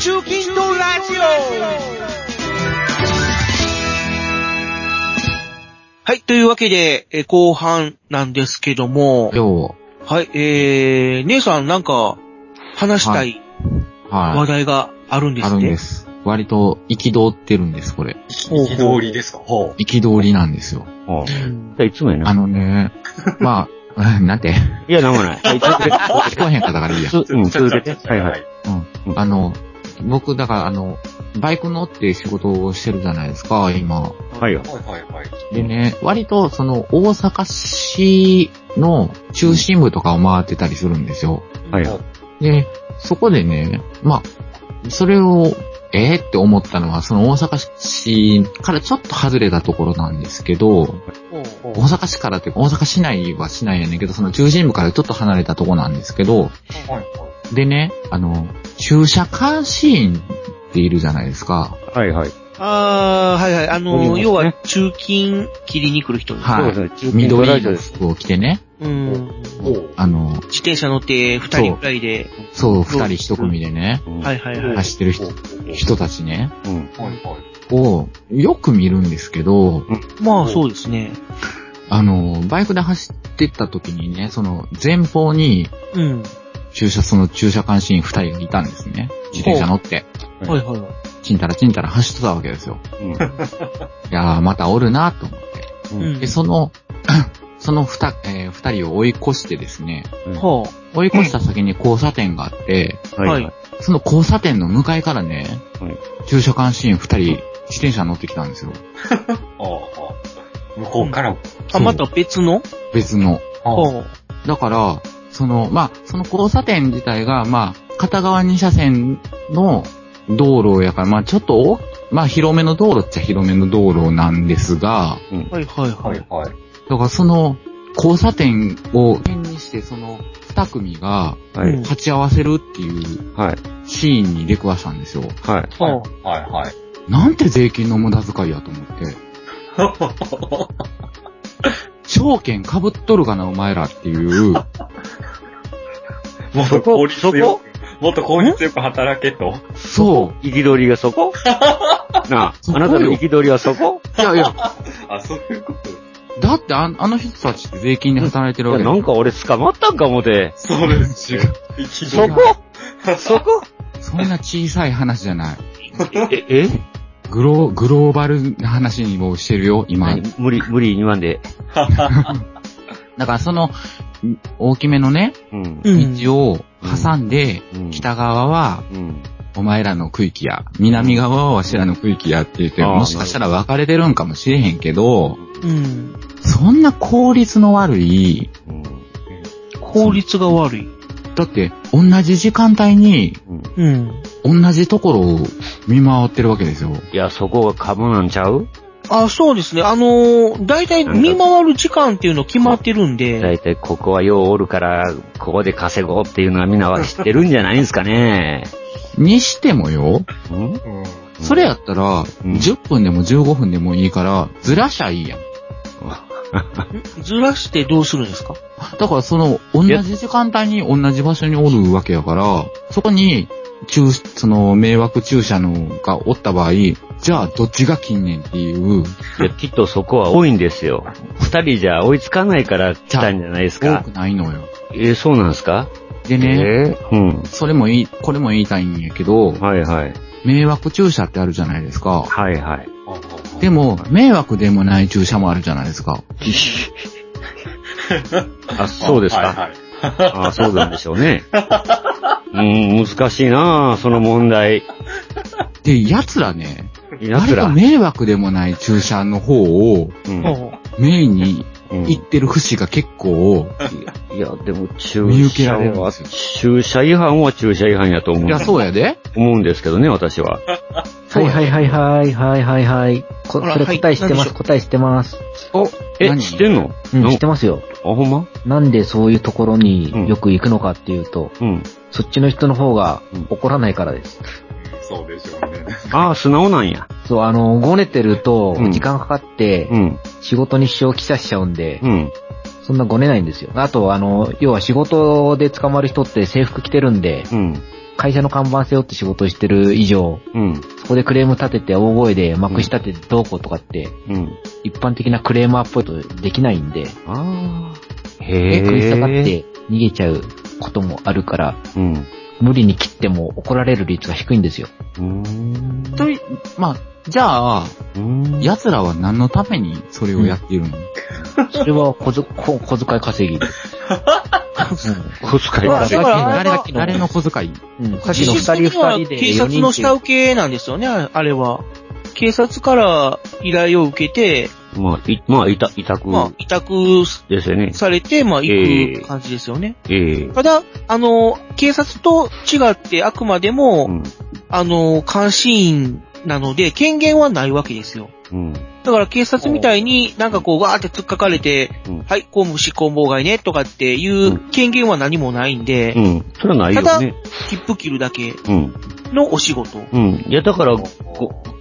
中近東ラジオ
はい、というわけで、えー後半なんですけども、
今
はい、えー、姉さんなんか、話したい
日、はい。
話題があるんです
あるん
ね。
です。割と、憤ってるんです、これ。
憤りですかほう。
憤りなんですよ。
いつもやな。
あ のね、まあ、 なんて。
いや、なんもない。はい続けて
聞こえへんかったからい いや。
つうん、続けて。はいはい。
うん。あの、僕、だから、あの、バイク乗って仕事をしてるじゃないですか、今。
はいよ。
はいはい。
でね、割と、その、大阪市の中心部とかを回ってたりするんですよ。
はいよ。
で、そこでね、まあ、それを、えー、って思ったのは、その大阪市からちょっと外れたところなんですけど、大阪市からというか、大阪市内は市内やねんけど、その中心部からちょっと離れたとこなんですけど、でね、あの、駐車監視員っているじゃないですか。
はいはい。
あー、はいはい、あ
ゴ
の
ミも
ー、
ね
要は、中金切りに来る人ですね
はい。緑色の服を着てね、
うん。
あの、
自転車乗って二人くらいで、
そう、二人一組でね、
はいはいはい。
走ってる人人たちね、
はいはい。
をよく見るんですけど、
まあそうですね。
あの、バイクで走ってった時にね、その前方に
うん。
駐車、その駐車監視員二人がいたんですね。自転車乗って、
はいはいはい。
ちんたらちんたら走ってたわけですよ。 いやー、またおるなと思って。
うん
で、その、 その二、えー二人を追い越してですね、
は
追い越した先に交差点があって、
あ。はい。
その交差点の向かいからね、駐車監視員二人、自転車乗ってきたんですよ。
ああ、向こうから。
あ、また別の
別の。
はあ。
だから、その、まあ、その交差点自体が、まあ、片側2車線の道路やから、まあ、ちょっとお、まあ、広めの道路っちゃ広めの道路なんですが、
はいはいはい。
はい。
だからその、交差点を点にして、その、二組が、
はい
立ち合わせるっていう、
はい。
シーンに出くわしたんですよ。
はい。
は
はいはい。
なんて税金の無駄遣いやと思って。 証券被っとるかな、お前らっていう。
もっと効率よく、もっと効率よく働けと。
そう。
憤りがそこなあ、あなたの憤りはそこ
いやいや、
あ、そういうこと。
だってああの人たちって税金で働いてるわけ
いやなんか俺捕まったんか思て。
そうですよ。
そこそこ
そんな小さい話じゃない。
え、え
グロ、グローバルな話にもしてるよ、今。
何無理、無理言わんで。
だからその、ん大きめのね、
うん。
道を挟んで、北側は、
うん。
お前らの区域や、南側はわしらの区域やって言って、
あー
もしかしたら分かれてるんかもしれへんけど、
うん。
そんな効率の悪い、
効率が悪い。
だって、同じ時間帯に、
うん。
同じところを見回ってるわけですよ。
いや、そこが株なんちゃう
あ、そうですね。あのー、だいたい見回る時間っていうの決まってるん
だ
で、
いたいここはようおるから、ここで稼ごうっていうのはみんなは知ってるんじゃないんすかね。
にしてもよ、
うん
それやったら、10分でも15分でもいいから、ずらしゃいいやん。
ずらしてどうするんですか
だからその、同じ時間帯に同じ場所におるわけやから、そこに、中、その、迷惑駐車のがおった場合、じゃあどっちが近年っていう、
いや、きっとそこは多いんですよ。二人じゃ追いつかないから来たんじゃないです
多
か
く。ないのよ。
えーそうなんですか
でね、
えーうん。
それもいい、これも言いたいんやけど、
はいはい。
迷惑駐車ってあるじゃないですか。
はいはい。
でも、迷惑でもない駐車もあるじゃないですか。
あ、そうですか。あ、そうなんでしょうね。うん、難しいなあその問題。
で、奴らね、
奴
割と
ら。
迷惑でもない注射の方を、メインに行ってる節が結構、
いや、でも注
見受け
射
られるんで
は、注射違反は注射違反やと思う。
いやそうやで。
思うんですけどね、私は。
はいはいはいはいはいはいはい。
ほ
こ
ら
それ答え知っ
は
て
い何でし
ます、
ょう
答え知ってます。
お、え、
何
知ってんの
うん、知ってますよ。
あ、ほんま
なんでそういうところによく行くのかっていうと、そっちの人の方が怒らないからです。
そうでしょうね。
ああ、素直なんや。
そう、あの、ごねてると、時間かかって、仕事に支障をきさしちゃうんで、そんなごねないんですよ。あと、あの、要は仕事で捕まる人って制服着てるんで、会社の看板背負って仕事してる以上、そこでクレーム立てて大声で幕下立ててどうこうとかって、
うん。
一般的なクレーマーっぽいとできないんで、
あ
で
へ
食い下がっ
え。
て逃げちゃうこともあるから、
うん。
無理に切っても怒られる率が低いんですよ。
とい、まあ、じゃあ、奴らは何のためにそれをやっているの、
それは小ず小小遣い稼 ぎ。
小遣
い稼ぎ
あれ
だ
の
から
あれの小遣い。
うん、
さっき
実
の
質
二人
的には
二人で
警察の下請けなんですよね、ああれは。警察から依頼を受けて、
まあ、い、まあ、委託、委託
まあ、委託
ですよね。
されて、まあ、
え
行く感じですよね。
ええ。
ただ、あの、警察と違ってあくまでも、あの、監視員なので、権限はないわけですよ。
うん。
だから警察みたいになんかこうわーって突っかかれて、はい、公務執行妨害ねとかっていう権限は何もないんで、
うん。それはない
た
よ
だ
ね。、
切符切るだけ
うん。
のお仕事。
うん。いや、だから、ご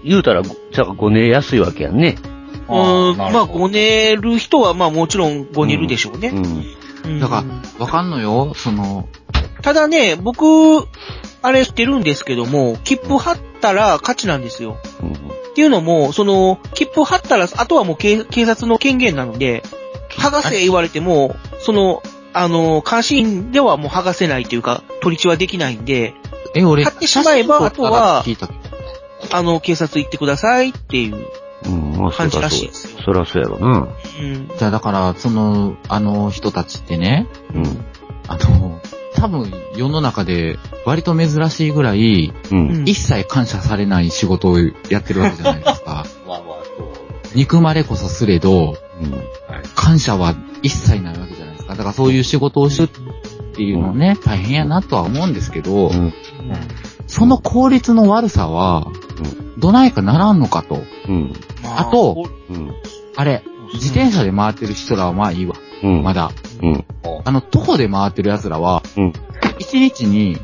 言うたら、ごじゃあ、ごねやすいわけやんね。
うーん、まあ、ごねる人は、まあ、もちろんごねるでしょうね。
だから、わかんのよ、その、
ただね、僕、あれしてるんですけども、切符貼ったら勝ちなんですよ。っていうのも、その、切符貼ったら、あとはもう警警察の権限なので、剥がせ言われても、その、あの、監視員ではもう剥がせないというか、取り血はできないんで、
え、俺、
貼ってしまえば、あとは
聞、いたけど
あの、警察行ってくださいっていう。
うん、まあ、そ
感じ
ら
らし
そ
いう
や
で。
そらそうやろな。
うん。
じゃあだから、その、あの人たちってね、
うん。
あの、多分世の中で割と珍しいぐらい、
うん
一切感謝されない仕事をやってるわけじゃないですか。
まあまあ、
憎まれこそすれど、感謝は一切ないわけじゃないですか。だからそういう仕事をしるっていうのはね、大変やなとは思うんですけど、その効率の悪さは、どないかならんのかと。あと、あれ、自転車で回ってる人らはまあいいわ。まだ。
うん。
あの、徒歩で回ってる奴らは、一日に、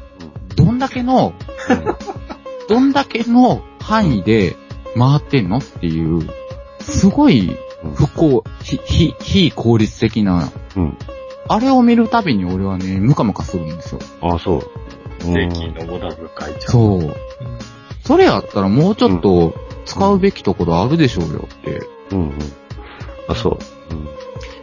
どんだけの、どんだけの範囲で回ってんのっていう、すごい不幸、ひ、ひ、非効率的な、あれを見るたびに俺はね、ムカムカするんですよ。
ああ、そう。
税金のボダブ書いちゃう。
そう。それやったらもうちょっと使うべきところあるでしょうよって。
うんうん。あ、そう。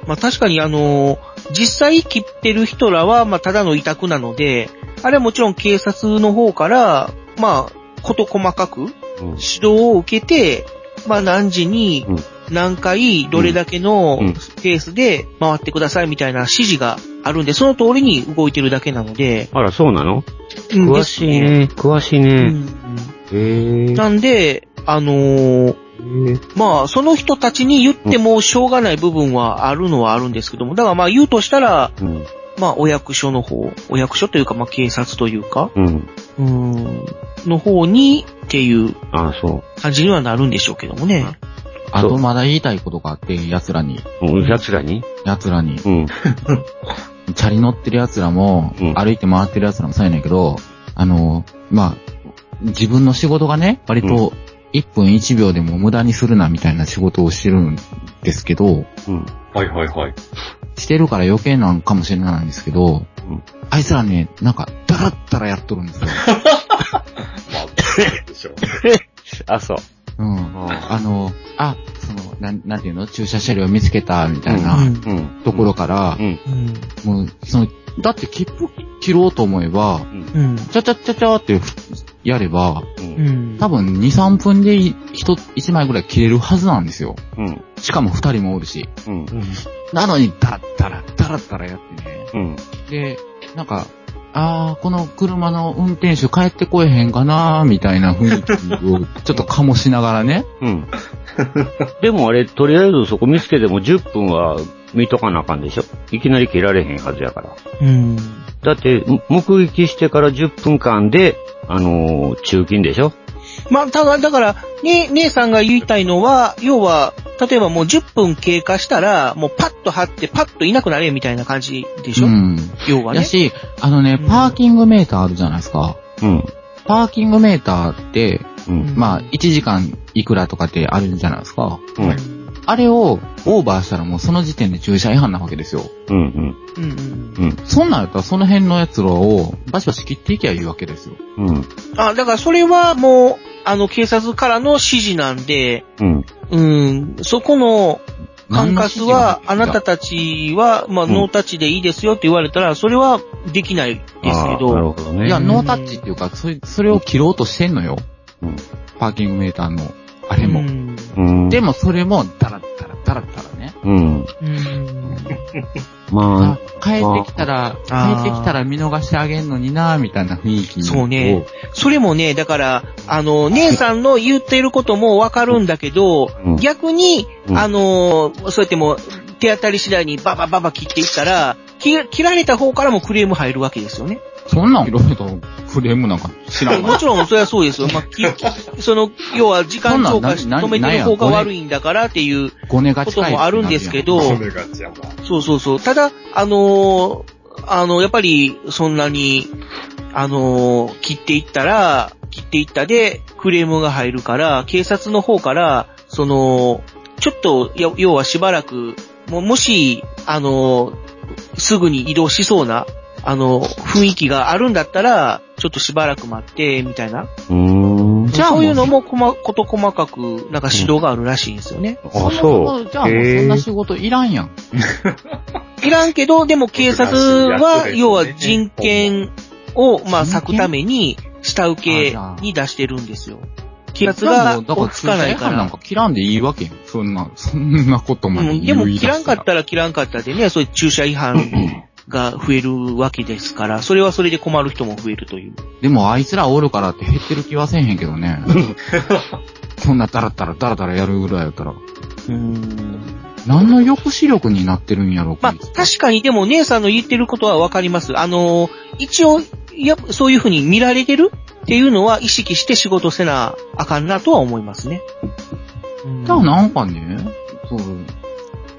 まあ確かにあのー実際切ってる人らは、まあただの委託なので、あれはもちろん警察の方から、まあ、こと細かく、
指
導を受けて、まあ何時に、何回、どれだけのペースで回ってくださいみたいな指示があるんで、その通りに動いてるだけなので、
あら、そうなの
うん
詳しいね。詳しいね。へえ。
なんで、あのーまあ、その人たちに言ってもしょうがない部分はあるのはあるんですけども、だからまあ言うとしたら、
うん。
まあ、お役所の方、お役所というか、まあ、警察というか、
うん。
うーん、の方にっていう
ああ、そう。
感じにはなるんでしょうけどもね。
あとまだ言いたいことがあって、奴らに。
奴らに
奴らに。
うん。
チャリ乗ってる奴らも、歩いて回ってる奴らもそうやねんけど、あの、まあ、自分の仕事がね、割と1分1秒でも無駄にするなみたいな仕事をしてるんですけど、
はいはいはい。
してるから余計なんかもしれないんですけど、あいつらね、なんか、だらったらやっとるんですよ。
まあ、でしょう。
あ、そう。
うん。あの、あ、その、なん、なんていうの駐車車両見つけた、みたいな、ところから、もう、その、だって切符切ろうと思えば、
うん。
ちゃちゃちゃちゃってふやれば、
うん。
多分2、3分でい一1枚ぐらい切れるはずなんですよ。
うん。
しかも2人もおるし。
うん。
なのに、だったら、だらったらやってね。
うん。
で、なんか、ああ、この車の運転手帰ってこえへんかなーみたいな雰囲気をちょっと醸しながらね。
うん。でもあれ、とりあえずそこ見つけても10分は見とかなあかんでしょいきなり切られへんはずやから。
うん。
だって、む目撃してから10分間で、あのー中金でしょ
まあ、ただ、だから、ね、姉さんが言いたいのは、要は、例えばもう10分経過したら、もうパッと張って、パッといなくなれ、みたいな感じでしょ、
うん。
要はね
やし、あのね、パーキングメーターあるじゃないですか。
うん。
パーキングメーターって、
うん
まあ、1時間いくらとかってあるじゃないですか。
うん。
あれをオーバーしたらもうその時点で駐車違反なわけですよ。
うん
うん。
うん。
そんなんやったらその辺のやつらをバシバシ切っていきゃいいわけですよ。
うん。
あ、だからそれはもう、あの、警察からの指示なんで、
うん。
うん、そこの管轄は、あ
何の指示が
なたたちは、まあ、
うん
ノータッチでいいですよって言われたら、それはできないですけど。
なるほどね。
いや、ノータッチっていうか、それそれを切ろうとしてんのよ。パーキングメーターの、あれも。
うん。
でもそれも、ダラダラダラダラね。
うん。まあ、
帰ってきたら、帰
あー
ってきたら見逃してあげんのになみたいな雰囲気
そうね。それもね、だから、あの、姉さんの言ってることもわかるんだけど、
うん
逆に、
うん
あの、そうやってもう、手当たり次第にババババ切っていったら、切切られた方からもクレーム入るわけですよね。
そんなんいろいろとクレームなんか知らんわ。
もちろん、それはそうですよ。まあ、き その、要は時間超過し
そんなんな
止めてる方が悪いんだからっていう
ごねが
こと
近い。
もあるんですけど、
ちゃ
そうそうそう。ただ、あのーあの、やっぱり、そんなに、あのー切っていったら、切っていったで、クレームが入るから、警察の方から、その、ちょっと、や要はしばらく、ももし、あのーすぐに移動しそうな、あの雰囲気があるんだったら、ちょっとしばらく待って、みたいな。
うん。
じゃあ、そういうのも、こま、こと細かく、なんか指導があるらしいんですよね。
あ、そう。
じゃあもうそんな仕
へ
事いらんやん。
いらんけど、でも警察
難しいやつ
は、
ですね
要は人権を、まあ、割くために、下請けに出してるんですよ。警察が
だから
落ち着かないか
駐車違反なん
ら。
か切らんでいいわけやん。そんな、そんなことま
う
で
ん、でも、
言い出
切
した
らんかったら切らんかったでね、そういう駐車違反が増えるわけですから、それはそれで困る人も増えるという。
でもあいつらおるからって減ってる気はせんへんけど ね。そんなダラダラダラダラやるぐらいやったら。何の抑止力になってるんやろうか。
確かに、でも、姉さんの言ってることはわかります。あの、一応、いや、そういうふうに見られてるっていうのは意識して仕事せなあかんなとは思いますね。
だからなんかね、そう、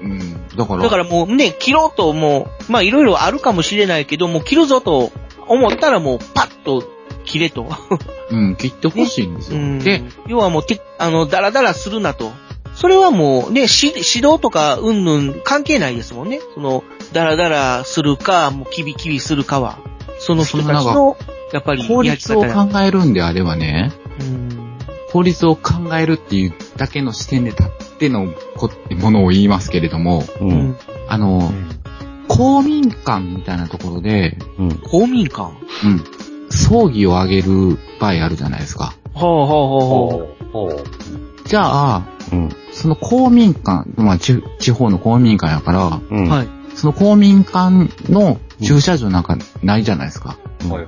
うん、だから、
だからもうね、切ろうともう、まあいろいろあるかもしれないけど、もう切るぞと思ったらもうパッと切れと。
うん、切ってほしいんですよ。
で、要はもうて、あの、ダラダラするなと。それはもうね、し指導とかうんぬん関係ないですもんね。その、ダラダラするか、もうキビキビするかは。その人たち
その
の、やっぱり
法律を
やり方や
考えるんであればね、法律を考えるっていうだけの視点で立ってのこものを言いますけれども、あの、公民館みたいなところで、
公民館
うん。葬儀をあげる場合あるじゃないですか。
ほうほうほ
うほう。ほう。
じゃあ、その公民館、まあ、ち地方の公民館やから、
はい
その公民館の駐車場なんかないじゃないですか。
はいはい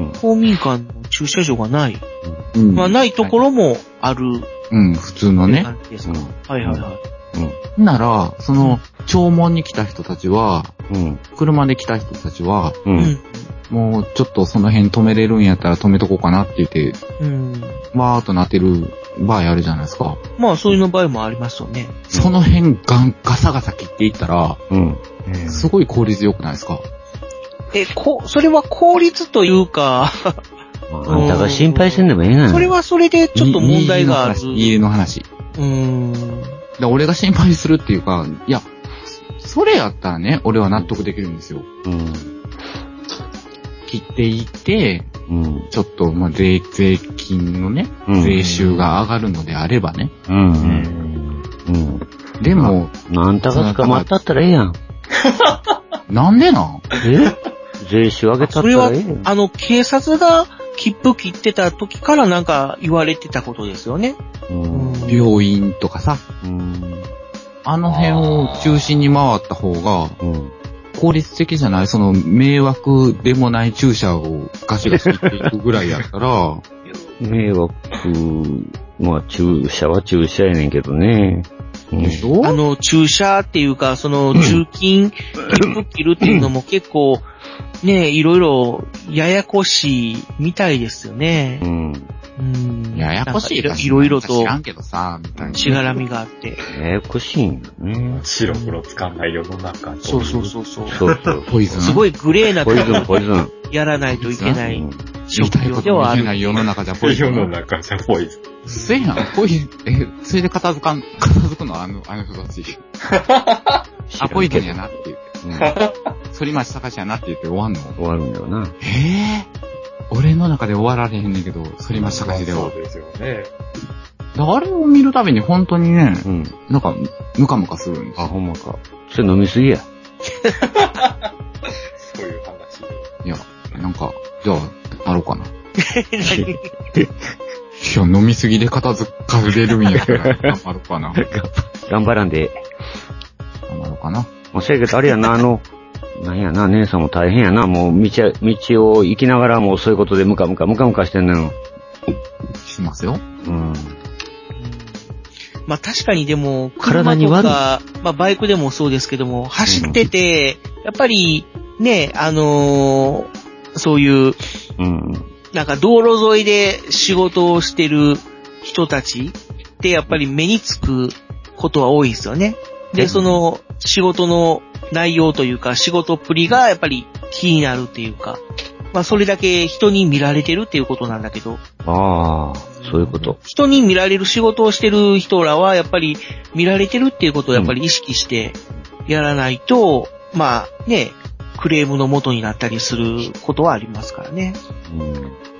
はい。
公民館の駐車場がない。
うん
まあないところもある。
うん、普通のね。
ですかはいはいはい。
なら、その、弔問に来た人たちは、車で来た人たちは、もうちょっとその辺止めれるんやったら止めとこうかなって言って、
うん。
わーっとなってる場合あるじゃないですか。
まあそういうの場合もありますよね。
その辺ガンガサガサ切っていったら、すごい効率良くないですか
え、こ、それは効率というか、
ーあんたが心配せんでもええがな。
それはそれでちょっと問題がある。
家の話。だ俺が心配するっていうか、いや、そそれやったらね、俺は納得できるんですよ。切っていって、ちょっと、まあ、税、税金のね、
うん
税収が上がるのであればね。
うん。うん。
でも、
あんたが捕まったったらええやん。
なんでなん
え税収上げた
そ
っ
れ
た
は
らええやん。、
あの、警察が切符切ってた時からなんか言われてたことですよね。
病院とかさ、あの辺を中心に回った方が、効率的じゃないその迷惑でもない注射をガシガシ打っていくぐらいやったら、
迷惑、まあ注射は注射やねんけどね。うん
あの、注射っていうか、その、重金、切符切るっていうのも結構、ねいろいろ、ややこしいみたいですよね。うん。
ややこしい
なん
か
かいろいろ
なんか知
と
ら、んけどさ、みたいな。
しがらみがあって。
ややこしいんだね。
白黒つかない世の中。
そうそうそうそう。
そうそう
ポイズン
すごいグレーな
ポイズン、ポイズン。
やらないといけない。
見たいことも見えない世の中じゃポイズン。
世の中じゃポイズン。
せやん、ポイズン、え、それで片付かん、 片付くのあの、あの人たち。あ、ポイズンやなって言って。うん。反町隆史やなって言って終わんの
終わるんだよな。
えぇ、俺の中で終わられへんねんけど、反町隆史では。
ですよね。
あれを見るたびに本当にね、
うん、
なんか、ムカムカするんです
あ、ほんまか。それ飲みすぎや。
そういう話。
いや、なんか、じゃあ、なろうかな。いや、飲みすぎで片付かれるん やから、頑張ろうかな。
頑張らんで。
頑張ろうかな。
もうせやけど、あれやな、あの、なんやな、姉さんも大変やな、もう道、道を行きながらもうそういうことでムカムカ、ムカムカしてんのよ。
しますよ。
うん。
まあ確かにでも、
体
車
に
と
悪い
か、まあバイクでもそうですけども、走ってて、やっぱり、ね、あのーそういう、
うん。
なんか道路沿いで仕事をしてる人たちってやっぱり目につくことは多いですよね。で、その仕事の内容というか仕事っぷりがやっぱり気になるっていうか、まあそれだけ人に見られてるっていうことなんだけど、
ああ、そういうこと。
人に見られる仕事をしてる人らは、やっぱり見られてるっていうことをやっぱり意識してやらないと、まあね、クレームの元になったりすることはありますからね。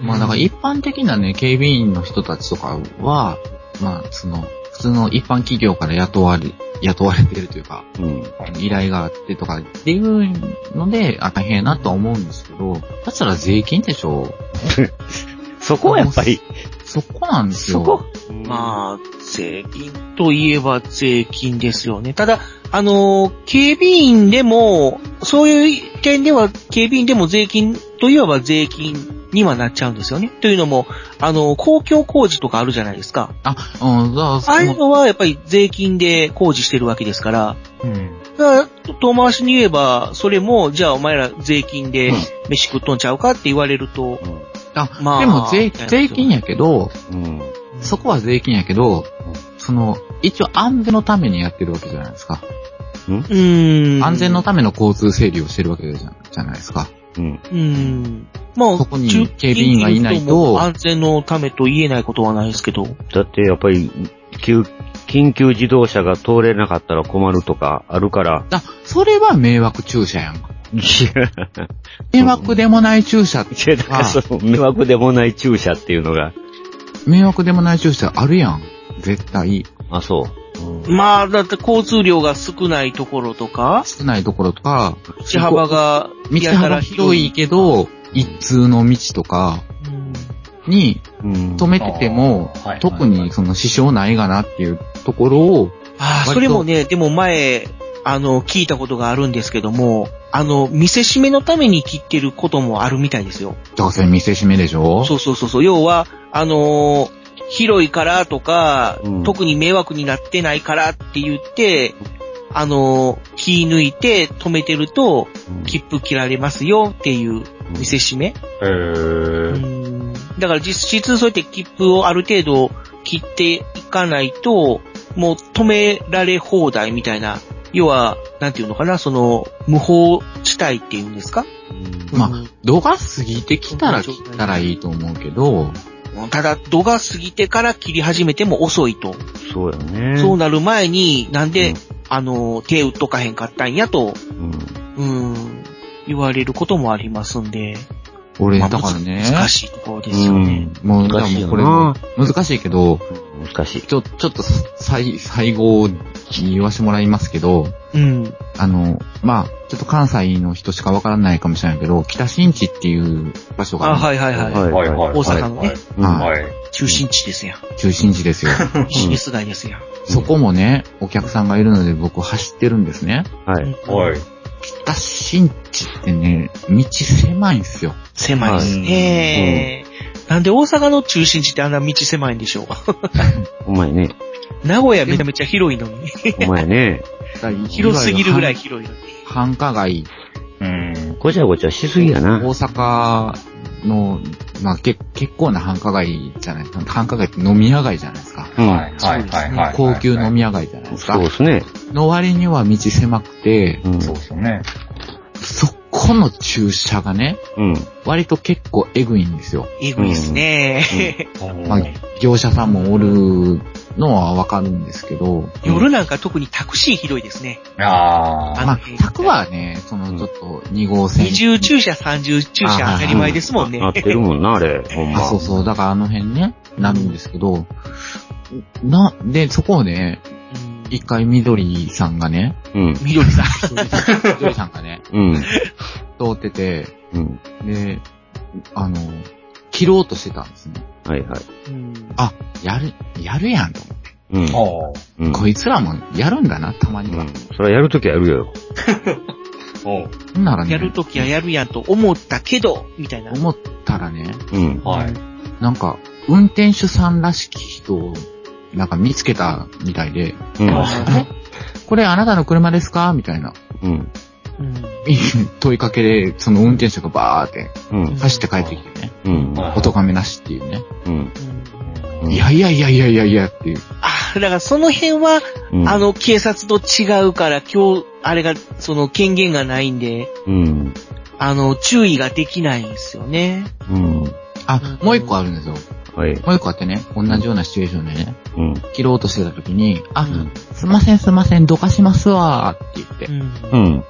まあだから一般的なね、警備員の人たちとかは、まあその、普通の一般企業から雇われ、雇われてるというか、
うん。
依頼があってとかっていうので、あ、大変やなとは思うんですけど、だったら税金でしょ
そこはやっぱり。
そこなんですよ。
まあ、税金といえば税金ですよね。ただ、あの、警備員でも、そういう点では、警備員でも税金といえば税金にはなっちゃうんですよね。というのも、あの、公共工事とかあるじゃないですか。
あ、うん、だ
ああいうのはやっぱり税金で工事してるわけですから、
うん。
だから遠回しに言えば、それも、じゃあお前ら税金で飯食っとんちゃうかって言われると、
あ、
まあ
でも税
みたいな
税金やけど、
うん。
そこは税金やけど、その、一応安全のためにやってるわけじゃないですか。
うん。
安全のための交通整理をしてるわけじゃじゃないですか。
うん。
うん。まあ、
そこに警備員がいないと
駐勤も安全のためと言えないことはないですけど。
だってやっぱり、急緊急自動車が通れなかったら困るとかあるから。
あ、それは迷惑駐車やんか。
いや、
迷惑でもない駐車
いやだからその迷惑でもない注射っていうのが。
迷惑でもない駐車あるやん。絶対。
あ、そう。
まあ、だって交通量が少ないところとか、
少ないところとか、
道幅が
道幅広いけど、一通の道とかに止めてても、特にその支障ないがなっていうところを、
ああ、それもね、でも前、あの、聞いたことがあるんですけども、あの、見せしめのために切ってることもあるみたいですよ。
どうせ見せしめでしょ
そうそうそうそう。要は、あのー広いからとか、特に迷惑になってないからって言って、あのー切り抜いて止めてると、切符切られますよっていう見せしめ。
えー。
だから実質そうやって切符をある程度切っていかないと、もう止められ放題みたいな。要は、なんていうのかな、その、無法地帯っていうんですか
まあ、度が過ぎてきたら切ったらいいと思うけど、
ただ、度が過ぎてから切り始めても遅いと。
そうやね。
そうなる前に、なんで、あの、手打っとかへんかったんやと、うん、言われることもありますんで。
俺、だからね。
難しいところですよね。
うんもう、だから
難しい
もう
よ
これ
な、
難しいけど、
難しい。
ちょ、ちょっと、最、最後に言わせてもらいますけど、
うん。
あの、まあ、ちょっと関西の人しかわからないかもしれないけど、北新地っていう場所が
あ、
あ
は
る
い
んです
はい
けど、
はい。大阪のね、中心地ですやん。
中心 地ですよ。
シリス街ですやん。
そこもね、お客さんがいるので僕走ってるんですね。
はい。
はい。
北新地ってね、道狭いんですよ。
狭いですね。なんで大阪の中心地ってあんな道狭いんでしょう
お前ね。
名古屋めちゃめちゃ広いのに。
お前ね。
広すぎるぐらい広いのに。
繁華街。
うん。ごちゃごちゃしすぎやな。
大阪の、まあ、け結構な繁華街じゃないですか。繁華街って飲み屋街じゃないですか。
うん。
はいはいはいはい。
高級飲み屋街じゃないですか。
そうですね。
の割には道狭くて、
そうですよね。
そこの駐車がね、
うん。
割と結構エグいんですよ。
エグいですね。
まあ、業者さんもおるのはわかるんですけど。
夜なんか特にタクシー広いですね。
あ
あ。まあ、宅はね、そのちょっと2号線。
20駐車、30駐車当たり前ですもんね。
なってるもんな、あれ。ほんま。
あそうそう。だからあの辺ね、なるんですけど、な、で、そこをね、一回緑さんがね、
うん。
緑さん。
緑さんがね、
うん。
通ってて、
うん。
で、あの、切ろうとしてたんですね。
はいはい。
あ、やる、やるやんと思
うん。
って。
うん。
こいつらもやるんだな、たまには。
それはやるときはやるよ。
お
ならね、
やるときはやるやんと思ったけど、みたいな。
思ったらね、
うん。
はい。
なんか、運転手さんらしき人を、なんか見つけたみたいで、
うん。
あれこれあなたの車ですかみたいな。
うん。
問いかけで、その運転手がバーって
うん。
走って帰ってきてね。
うん。
音がめなしっていうね。
うん。
いやいやいやいやいやいやっていう。
あだからその辺は、
うん
あの、警察と違うから、今日、あれが、その、権限がないんで、
うん。
あの、注意ができないんですよね。
うん。
あ、もう一個あるんですよ。
はい。
もう一個あってね、同じようなシチュエーションでね、
うん。
切ろうとしてた時に、あ、すいませんすいません、どかしますわーって言って、
うん。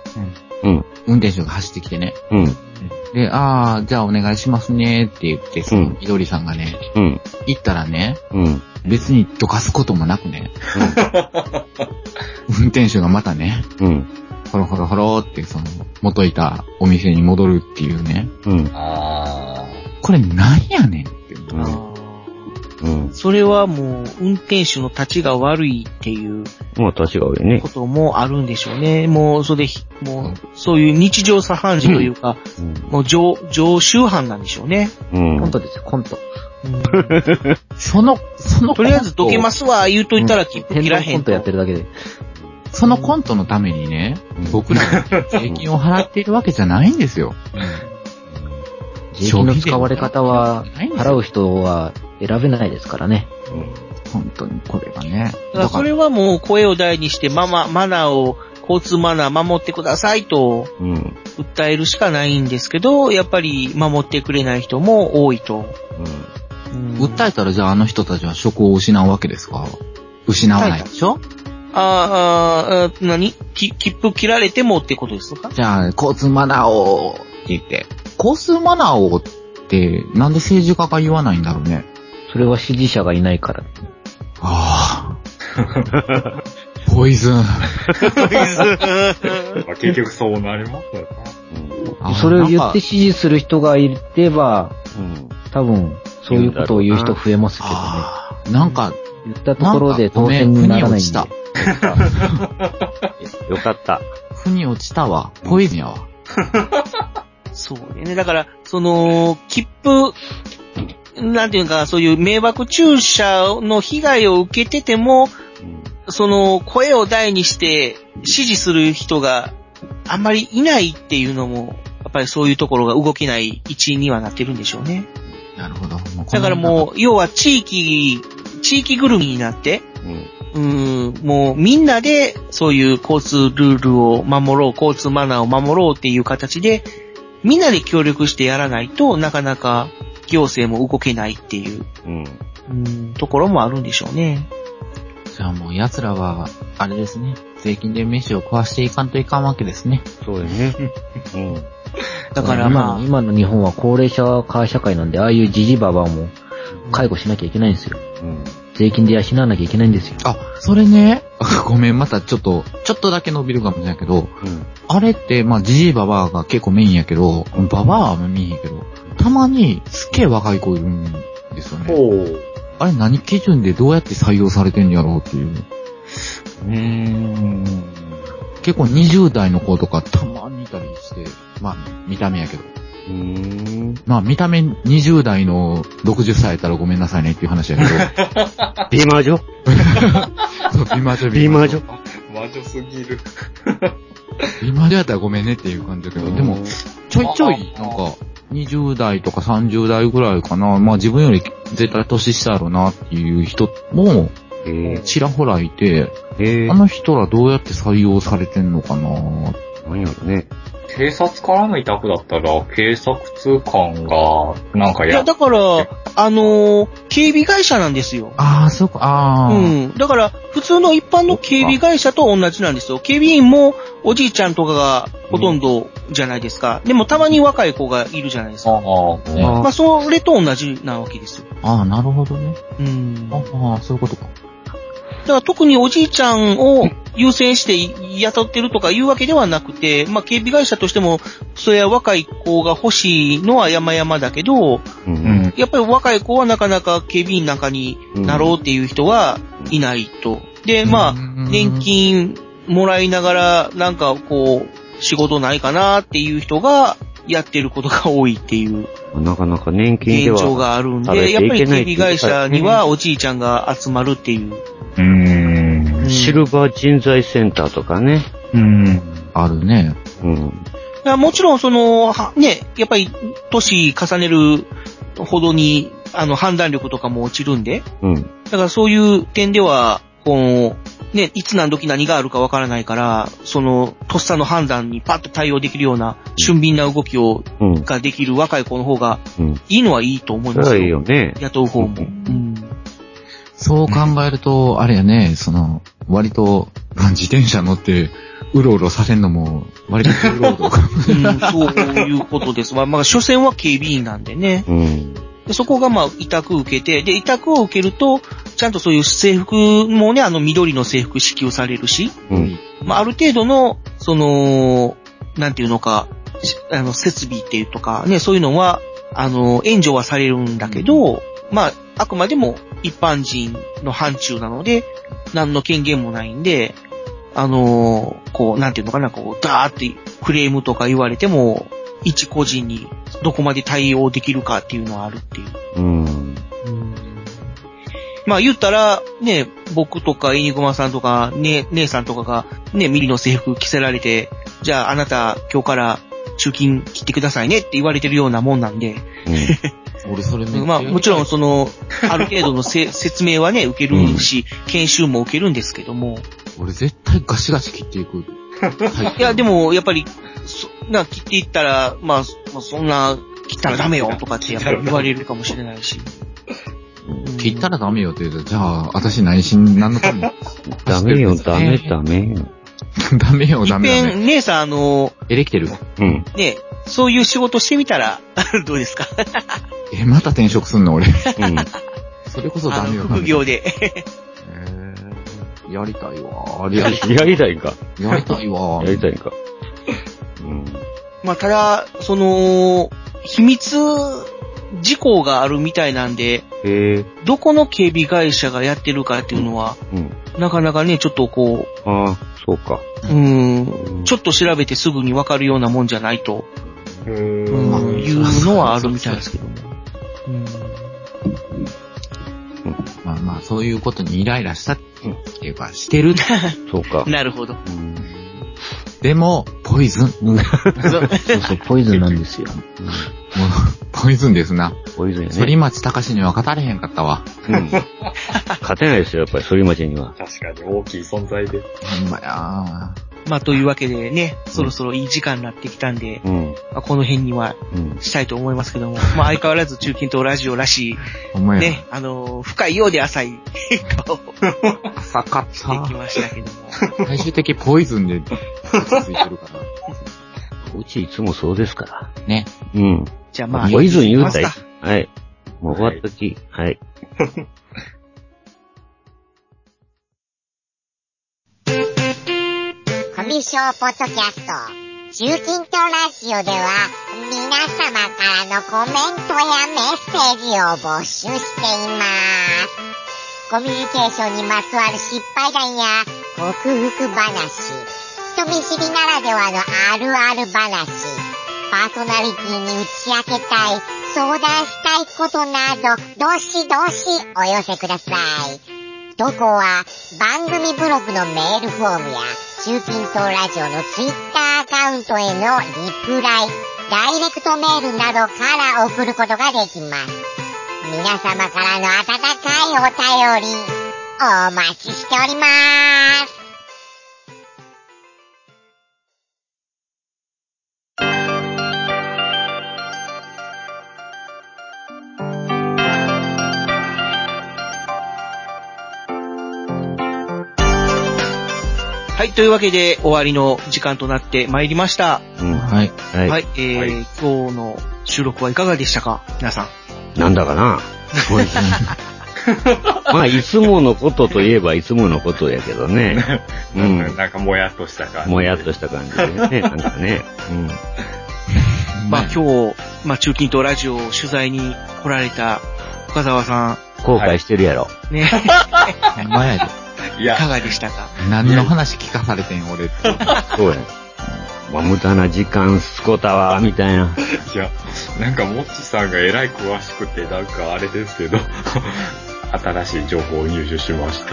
うん。
運転手が走ってきてね。
うん。
で、あー、じゃあお願いしますねーって言って、その、緑さんがね、
うん。
行ったらね、
うん。
別にどかすこともなくね、運転手がまたね、
うん。
ほろほろほろって、その、元いたお店に戻るっていうね。
うん。
あ
これ何やねん。
うん。
それはもう、運転手の立ちが悪いっていう
まあ、立ちが悪いね
こ。ともあるんでしょうね。もう、それで、もう、そういう日常茶飯事というか、もう常、常習犯なんでしょうね。
うん。
コントですよ、コント。
その、その、
とりあえずどけますわ、言うといたら切符切らへ
コン
ん
ト
と。
やってるだけで。
そのコントのためにね、僕ら が税金を払っているわけじゃないんですよ。
税金の使われ方は、払う人は選べないですからね。
本当にこれがね。
だからそれはもう声を大にして、ママ、マナーを、交通マナー守ってくださいと、
うん。
訴えるしかないんですけど、やっぱり守ってくれない人も多いと。
訴えたらじゃああの人たちは職を失うわけですか失わないでしょ
あーあー、何き切符切られてもってことですか
じゃあ、交通マナーをって言って。交通マナーをって、なんで政治家が言わないんだろうね。
それは支持者がいないから。
ああ。 ポイズン。
まあ結局そうなりますよね。
それを言って支持する人がいれば、多分、そういうことを言う人増えますけどね。
なんか、
言ったところで当選にならないんで。
なんか
よかった。
腑に落ちたわ。ポイズンやわ。
そうね。だから、その、切符、なんていうか、そういう迷惑注射の被害を受けてても、その、声を大にして支持する人があんまりいないっていうのも、やっぱりそういうところが動けない一因にはなってるんでしょうね。
なるほど。
だからもう、要は地域、地域ぐるみになって、うん、もうみんなでそういう交通ルールを守ろう、交通マナーを守ろうっていう形で、みんなで協力してやらないとなかなか行政も動けないっていう、
うん。
うん、ところもあるんでしょうね。
じゃあもう奴らは、あれですね。税金で飯を食わしていかんといかんわけですね。
そうですね。うん。
だからまあ
今の、今の日本は高齢者化社会なんで、ああいうじじばばも介護しなきゃいけないんですよ。税金で養わなきゃいけないんですよ。
あ、それね、 ごめん、またちょっと、ちょっとだけ伸びるかもしれないけど、あれって、まあ、じじいばばあが結構メインやけど、ばばあはメインやけど、たまにすっげえ若い子いるんですよね。あれ何基準でどうやって採用されてんやろうっていう。
うーん。
結構20代の子とかたまにいたりして、まあ、見た目やけど。まあ、見た目20代の60歳やったらごめんなさいねっていう話やけど。
美魔女
そう、美魔女、美魔女。
魔女すぎる。
美魔女やったらごめんねっていう感じだけど、でも、ちょいちょい、なんか、20代とか30代ぐらいかな。まあ自分より絶対年下やろうなっていう人も、ちらほらいて、あの人らどうやって採用されてんのかな
何やろね。
警察からの委託だったら、警察通官が、なんか
い
や
や、だから、あのー警備会社なんですよ。
ああ、そうか、ああ。
うん。だから、普通の一般の警備会社と同じなんですよ。警備員もおじいちゃんとかがほとんどじゃないですか。でもたまに若い子がいるじゃないですか。まあ、それと同じなわけですよ。
ああ、なるほどね。
うん。
ああ、そういうことか。
だから特におじいちゃんを優先して雇ってるとかいうわけではなくて、まあ警備会社としても、それは若い子が欲しいのは山々だけど、やっぱり若い子はなかなか警備員なんかになろうっていう人はいないと。で、まあ、年金もらいながら、なんかこう、仕事ないかなっていう人がやってることが多いっていう
なかなか年金で
現
は。
状があるんで、やっぱり警備会社にはおじいちゃんが集まるっていう。
うん。シルバー人材センターとかね。
うん。あるね。
うん。
いやもちろん、その、はね、やっぱり、年重ねるほどに、あの、判断力とかも落ちるんで、
うん。
だからそういう点では、この、ね、いつ何時何があるかわからないから、その、とっさの判断にパッと対応できるような、俊敏な動きを、
うん。
ができる若い子の方が、
うん。
いいのはいいと思い
そ
ま
れは
す
いいよ
よ。
ね。
雇う方も。
そう考えると、あれやね、その、割と、 自転車乗って、うろうろさせんのも、割と重労働か。
うん、そういうことです。まあ、まあ、所詮は警備員なんでね。
うん。
でそこがまあ委託を受けて、で、委託を受けると、ちゃんとそういう制服もね、あの緑の制服支給されるし、
うん。
まあある程度の、その、なんていうのか、しあの、設備っていうとか、ね、そういうのは、あの、援助はされるんだけど、まあ、あくまでも一般人の範疇なので、何の権限もないんで、あのーこう、なんていうのかな、こう、ダーってクレームとか言われても、一個人にどこまで対応できるかっていうのはあるっていう。
うん。
まあ言ったら、ね、僕とか、イニグマさんとか、ね、姉さんとかが、ね、ミリの制服着せられて、じゃああなた今日から中勤切ってくださいねって言われてるようなもんなんで、
俺それめっちゃ
まあもちろんその、ある程度のせ 説明はね、受けるし、研修も受けるんですけども、
俺絶対ガシガシ切っていく。
いやでもやっぱり、そな、切っていったら、まあ、まあそんな、切ったらダメよとかってやっぱり言われるかもしれないし。
切ったらダメよって言うと、じゃあ、私内心何のために
ダメよ、ダメ、ダメよ。
ダメよ、ダメ
ペ
ダメ。
ン、姉さんあの、
えできてる
うん。
ね、そういう仕事してみたら、 どうですか
え、また転職す んの俺。それこそダメよ
あの。副業で。
やりたいわ。
やり やりたいんか。
やりた いわ。
やりたいんか。
まあ、ただ、その、秘密事項があるみたいなんで、
へえ。
どこの警備会社がやってるかっていうのは、
うん。
なかなかね、ちょっとこ
ああ、そうか。
う、うーん、ちょっと調べてすぐにわかるようなもんじゃないと、うん、いうのはあるみたいですけども。
まあまあ、そういうことにイライラしたっていうか、してる。
そうか
なるほど。
でも、ポイズン。
そうそう、ポイズンなんですよ。
もう ポイズンですな。
ポイズンやね。
反町隆史には勝たれへんかったわ。
うん。勝てないですよ、やっぱり、反町には。
確かに大きい存在で。
ほんまや
まあ、というわけでね、そろそろいい時間になってきたんで、
うん。
まあこの辺には
うん。
したいと思いますけども、まあ、相変わらず中近東ラジオらしい、
ほんまや。
ね、あのー深いようで浅 い顔を
浅かっ
してきましたけど も。
た。最終的ポイズンで落ち着いてる から。
うちいつもそうですから。
ね。
うん。
じゃあまあ
ポイズン言うたい
行きます。
はい。もう終わっとき。はい。
コミュ障ポッドキャスト、中近東ラジオでは、皆様からのコメントやメッセージを募集しています。コミュニケーションにまつわる失敗談や、克服話、
人見知りならではのあるある話、パーソナリティに打ち明けたい、相談したいことなど、どしどしお寄せください。投稿は番組ブログのメールフォームや、中近東ラジオのツイッターアカウントへのリプライ、ダイレクトメールなどから送ることができます。皆様からの温かいお便り、お待ちしております。
はい、というわけで終わりの時間となってまいりました。
うん。はい。
はい、
はい。
えー今日の収録はいかがでしたか皆さん。
なんだかな。 まあ、いつものことといえばいつものことやけどね。うん。
なんかもやっとした感じ。
もやっとした感じで ね。なんかね。うん。
まあ今日、まあ中近東ラジオを取材に来られた岡沢さ
後悔してるやろ。
ん、 ね、
前で。
いや
いかがでしたか
何の話聞かされてん、俺って。
そうや。まあ、無駄な時間すこたわ、みたいな。
いや、なんか、もっちさんがえらい詳しくて、なんかあれですけど、 新しい情報を入手しました。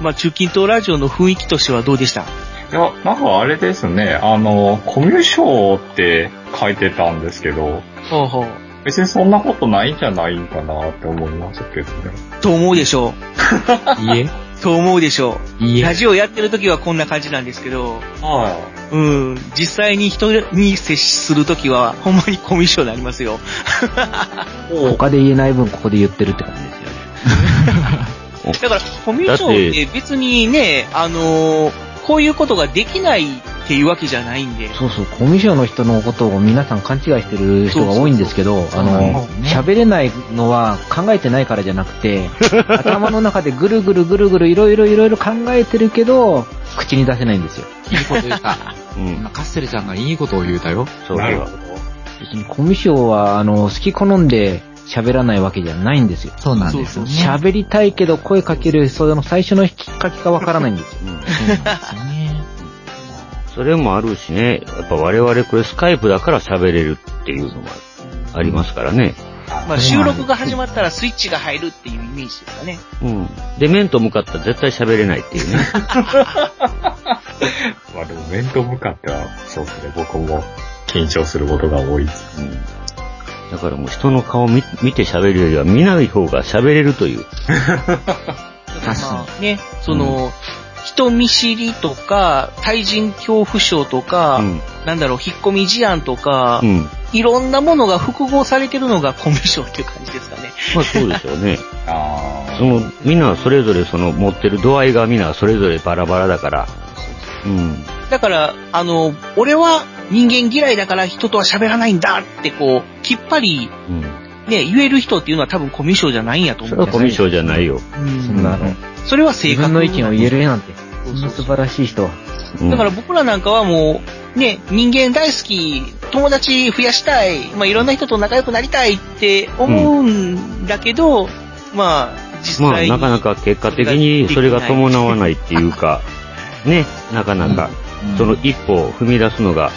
まあ中近東ラジオの雰囲気としてはどうでした
いや、なんかあれですね、あの、コミュ障って書いてたんですけど、
ほうほう。
別にそんなことないんじゃないんかなって思いましたけどね。
と思うでしょ
いいえ。
う。と思うでしょ。
いういえ
ラ。ジオやってる時はこんな感じなんですけど、
は
うん、実際に人に接する時は、ほんまにコミュ障になりますよ。
他で言えない分ここで言ってるって感じですよね。
だから、コミュ障って別にね、あのーこういうことができないっていうわけじゃないんで。
そうそう、コミュ障の人のことを皆さん勘違いしてる人が多いんですけど、あ
なんで
の、喋れないのは考えてないからじゃなく て、頭の中でぐるぐるぐるぐるいろいろいろいろ考えてるけど、口に出せないんですよ。
いいこと言った。
うん。
今、カッセルちゃんがいいことを言うたよ。
そう
なるほ
そう
別にコミュ障は、あの、好き好んで喋らないわけじゃないんですよ。
そうなんですよね。
喋りたいけど声かける、その最初のきっかけがわからないんですよ。
うん
そうなんですよね。
それもあるしね、やっぱ我々これスカイプだから喋れるっていうのもありますからね。
まあ、収録が始まったらスイッチが入るっていうイメージですかね。
うん。で、面と向かったら絶対喋れないっていうね。
い。まあでも、面と向かっては、そうですね、僕も緊張することが多いです。
うん。だからもう人の顔見見て喋るよりは見ない方が喋れるという。
確か
まあね、その、人見知りとか、対人恐怖症とか、
うん。
なんだろう、引っ込み思案とか、
うん。
いろんなものが複合されてるのがコミュ障っていう感じですかね。
まあ そうでしょうね。
あ
その、みんなそれぞれその持ってる度合いがみんなそれぞれバラバラだから。うん。
だから、あの、俺は人間嫌いだから人とは喋らないんだってこう、きっぱり
うん。
ね、言える人っていうのは多分コミュ障じゃないんやと
そ
思うん
れはコミュ障じゃないよ。
です
そ
よ。
んなの。
うんそれは正
自
確
分の意見を言えるなんて、
そ
そう
そうん
な素晴らしい人は。
うん
だから僕らなんかはもう、ね、人間大好き、友達増やしたい、まあ、いろんな人と仲良くなりたいって思うんだけど、まあ、実
まあ、
際に。
なかなか結果的にそれが伴わないっていうか、ね、なかなか、その一歩を踏み出すのが、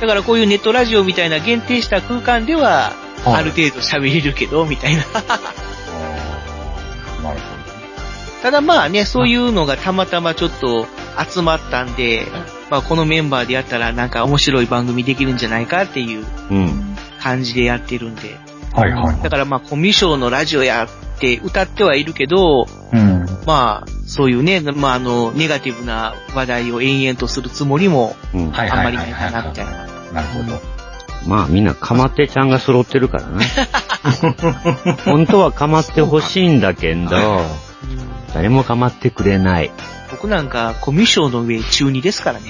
だからこういうネットラジオみたいな限定した空間では、ある程度喋れるけど、みたいな。
あ、なるほど。
ただまあね、そういうのがたまたまちょっと集まったんで、まあこのメンバーでやったらなんか面白い番組できるんじゃないかっていう
うん。
感じでやってるんで。
はいはい。
だからまあコミュ障のラジオやって歌ってはいるけど、
うん。
まあそういうね、まああの、ネガティブな話題を延々とするつもりも
うん。
はい
あん
は
ま
い
り
は
ない
い
か
は
なみたいな。
い。なるほど。
まあ、みんな、かまってちゃんが揃ってるから ね。本当はかまってほしいんだけど、
うん
誰もかまってくれない。
僕なんかコミュ障の上中2ですからね。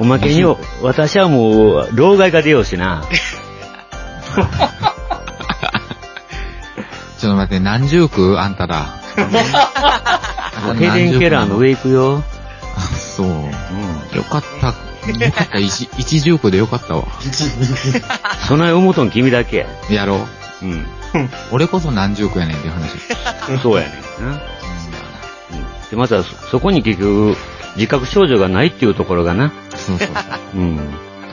おまけに、私はもう、老害が出ようしな。
ちょっと待って、何十区あんたら。あ
停電ケラーの上行くよ。
あ、そう。よかった。よかった。一、一十区でよかったわ。
そない思うとん君だけや。
やろう。
うん。
俺こそ何十区やねんっていう話。
そうやねんな。で、またそそこに結局、自覚症状がないっていうところがな。
そうそう。
うん。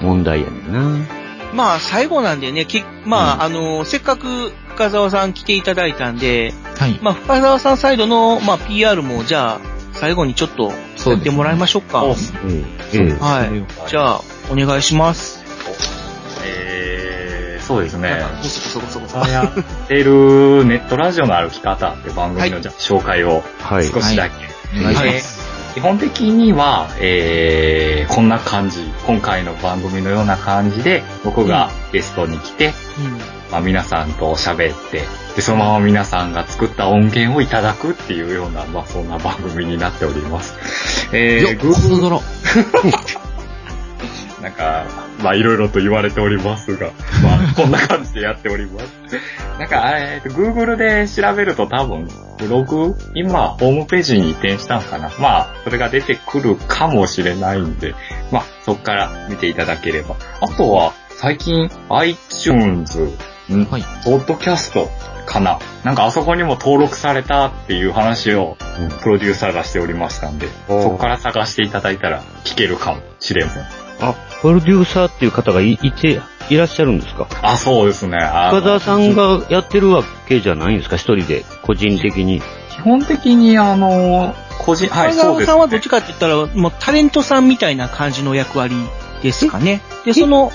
問題やねんな。
まあ、最後なんでね、きまあ、あの、せっかく深沢さん来ていただいたんで、
はい。
まあ、深沢さんサイドの、まあ、PR も、じゃあ、最後にちょっと、やってもらいましょうか。
うん。ええ。
はい。じゃあ、お願いします。
えー、そうですね。
ごそごそごそ
やってるネットラジオの歩き方って番組のじゃ紹介を
はい
少しだけ。
はいお願いしま
で基本的には、えー、こんな感じ、今回の番組のような感じで、僕がゲストに来て、まあ、皆さんと喋って、で、そのまま皆さんが作った音源をいただくっていうような、まあ、そんな番組になっております。えー、Google なんか、まあいろいろと言われておりますが、ま あこんな感じでやっております。なんか、えーと、Google で調べると多分、ブログ、今、ホームページに移転したんかな。まあ、それが出てくるかもしれないんで、まあ、そっから見ていただければ。あとは、最近、iTunes、んポッドキャストかな。なんかあそこにも登録されたっていう話を、プロデューサーがしておりましたんで、そこから探していただいたら聞けるかもしれません。
あ、プロデューサーっていう方がいいて、いらっしゃるんですか
あ、そうですね。
深澤さんがやってるわけじゃないんですか一人で、個人的に。
基本的に、あの、個人、
はい
深
そ
沢
うです
さんはどっちかって言ったら、もうタレントさんみたいな感じの役割ですかね。で、その、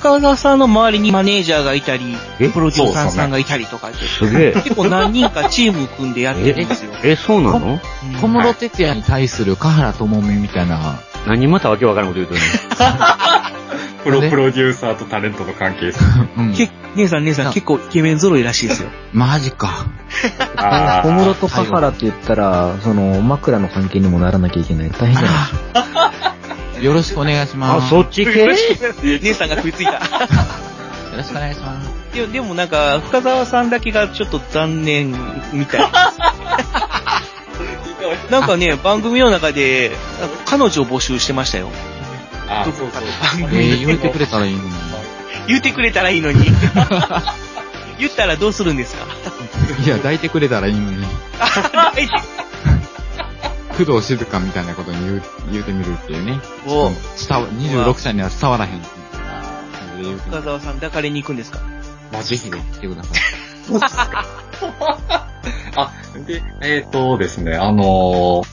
深沢さんの周りにマネージャーがいたり、
え
プロデューサーさんがいたりとかで、
そう そうねすげえ
結構何人かチーム組んでやってるんですよ。
え、そうなの
小室哲也に対する香原智美みたい な。
何またわけわからんこと言うとんねん
プロプロデューサーとタレントの関係 です。
け姉さん姉さん結構イケメン揃いらしい ですよ。
マジか。
あ
小室とカハラって言ったら、その、枕の関係にもならなきゃいけない。大変じゃない
よろしくお願いします。
あそっち系
姉さんが食いついた。よ
ろしくお願いします。
でも、でもなんか、深沢さんだけがちょっと残念みたい です。なんかね、番組の中で、なんか彼女を募集してましたよ。
あ
そうそう。
え
番組
ー、言うてくれたらいいのに。
言ってくれたらいいのに。 言ったらどうするんですか
いや、抱いてくれたらいいのに。 工藤静香みたいなことに言う言うてみるっていうね。
お
伝わ、26歳には伝わらへん。
深沢さん抱かれに行くんですか
マジで
来てください。
あ、で、えっ、とですね、あの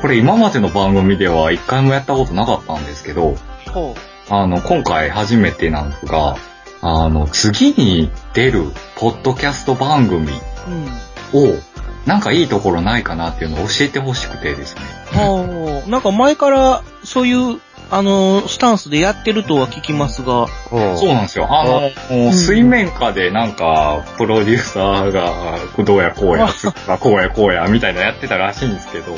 これ今までの番組では一回もやったことなかったんですけど、
ほ
あの、今回初めてなんですが、あの、次に出るポッドキャスト番組
う。うん。
を、なんかいいところないかなっていうのを教えてほしくてですね。
はあ、なんか前からそういう、あの、スタンスでやってるとは聞きますが。
そうなんですよ。あの、もう水面下でなんか、プロデューサーが、どうやこうや、つあこうやこうや、みたいなやってたらしいんですけど、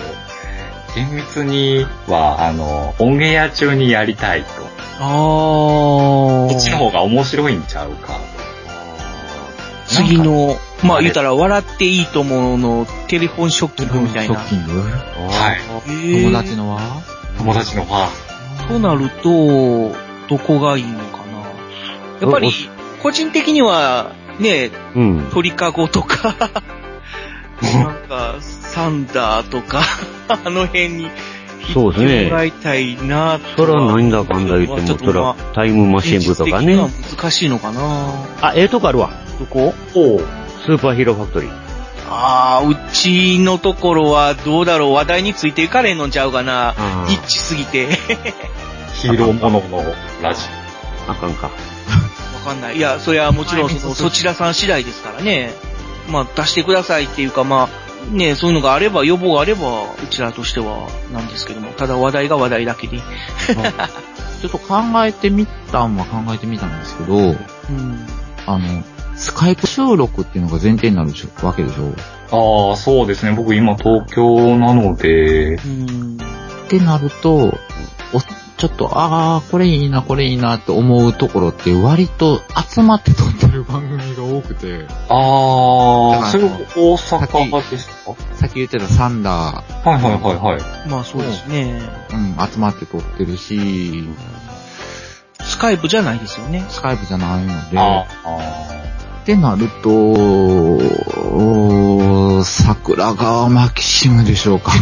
厳密には、あの、オンエア中にやりたいと。
あー。
こっちの方が面白いんちゃうか
次の、まあ言うたら、笑っていいと思うの、テレフォンショッキングみたいな。
キング
と。はい。
友
達のは
友達のは、
となると、どこがいいのかな。やっぱり、個人的には、ね、
うん。
鳥かごとか、なんか、サンダーとか、 あの辺に、
そうです
もら
ね。
いたいなとは
そらなんだかんだ言って
ちょ
も、
っとまあ、
そらタイムマシン部とかね
現。実的には難しいのかな
あ、ええとこあるわ。
どこ
お
スーパーヒーローファクトリー。
ああ、うちのところはどうだろう話題についていかれんのちゃうかな
あー
ニッチすぎて。
ヒーローもののラジ
オ。あかんか。
わかんない。いや、それはもちろんそのそちらさん次第ですからね。まあ出してくださいっていうかまあ、ねそういうのがあれば、予防があれば、うちらとしてはなんですけども、ただ話題が話題だけで。
ちょっと考えてみたんは考えてみたんですけど、
うん。
あの、スカイプ収録っていうのが前提になるでしょわけでしょ
ああ、そうですね。僕今東京なので、
ってなると、おちょっと、ああ、これいいな、これいいなって思うところって割と集まって撮ってる番組が多くて。
ああ、それ
だか
大阪ですから
さっき言ってたサンダー。
はいはいはいはい。
まあそうですね。
うん、集まって撮ってるし、
スカイプじゃないですよね。
スカイプじゃないので、
あ
ってなると、おー桜川マキシムでしょうか。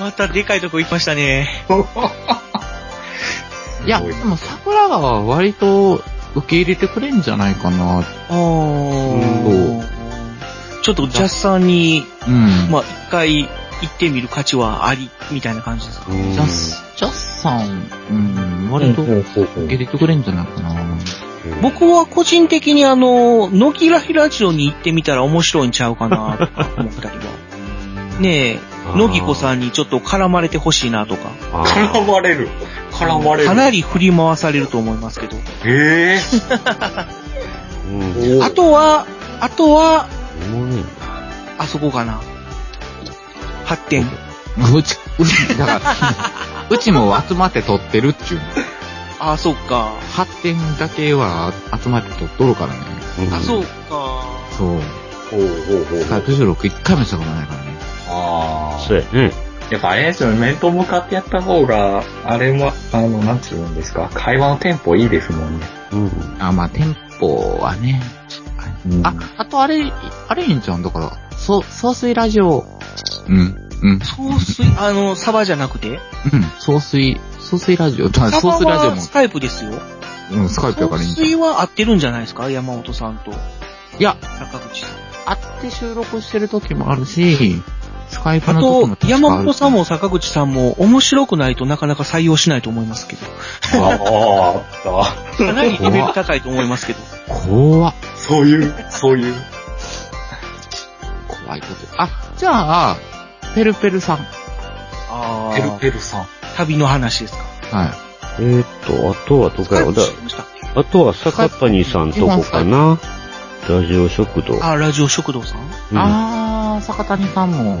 またでかいとこ行きましたね。
いや、でも桜川は割と受け入れてくれんじゃないかな。
おちょっとジャスさんに、まあ一回行ってみる価値はあり、みたいな感じですか。
ジャス、ジャスさん、うん、割と受け入れてくれんじゃないかな。
僕は個人的にあの、野木ラヒラジオに行ってみたら面白いんちゃうかな、とか思ったりは。ねえ、野木子さんにちょっと絡まれてほしいなとか。
絡まれる。絡まれる。
かなり振り回されると思いますけど。
ええ
あとは、あとは、あそこかな。発展。
うち、うち、だから、 うちも集まって撮ってるっちゅうの。
あ、そっか。
発展だけは集まって撮っとるからね。
あ、そうか。
そう。
ほうほうほう
スカイプ収録一回もしたことないからね。
ああ。
そうやね。
やっぱあれですよね、面と向かってやった方が、あれも、あの、なんつうんですか、会話のテンポいいですもんね。
うん。あ、まあ、テンポはね。あ、あとあれ、あれいいんちゃうんだから、そう、総水ラジオ。うん。うん。
総水、あの、サバじゃなくて
うん。総水、総水ラジオ。
サ
あ総水
バ
ラジオ
は
も
ス、カイプですよ。
うん、スカイプやからいいんちゃう
水は合ってるんじゃないですか山本さんと。
いや、
坂口さん。
会って収録してる時もあるし、スカイプ
あ
の時
と
も、確か
山
ある
本。さんも坂口さんも面白くないとなかなか採用しないと思いますけど。
ああ、
かなりレベル高いと思いますけど。
怖っ。
そういう、そういう。
怖いこと。あ、じゃあ、ペルペルさん。
あ
ペルペルさん。
旅の話ですか
はい。えーっと、あとはどこやろだあとは坂谷さんとこかなラジオ食堂。
あ、ラジオ食堂さん、
うん
あー、坂谷さんも面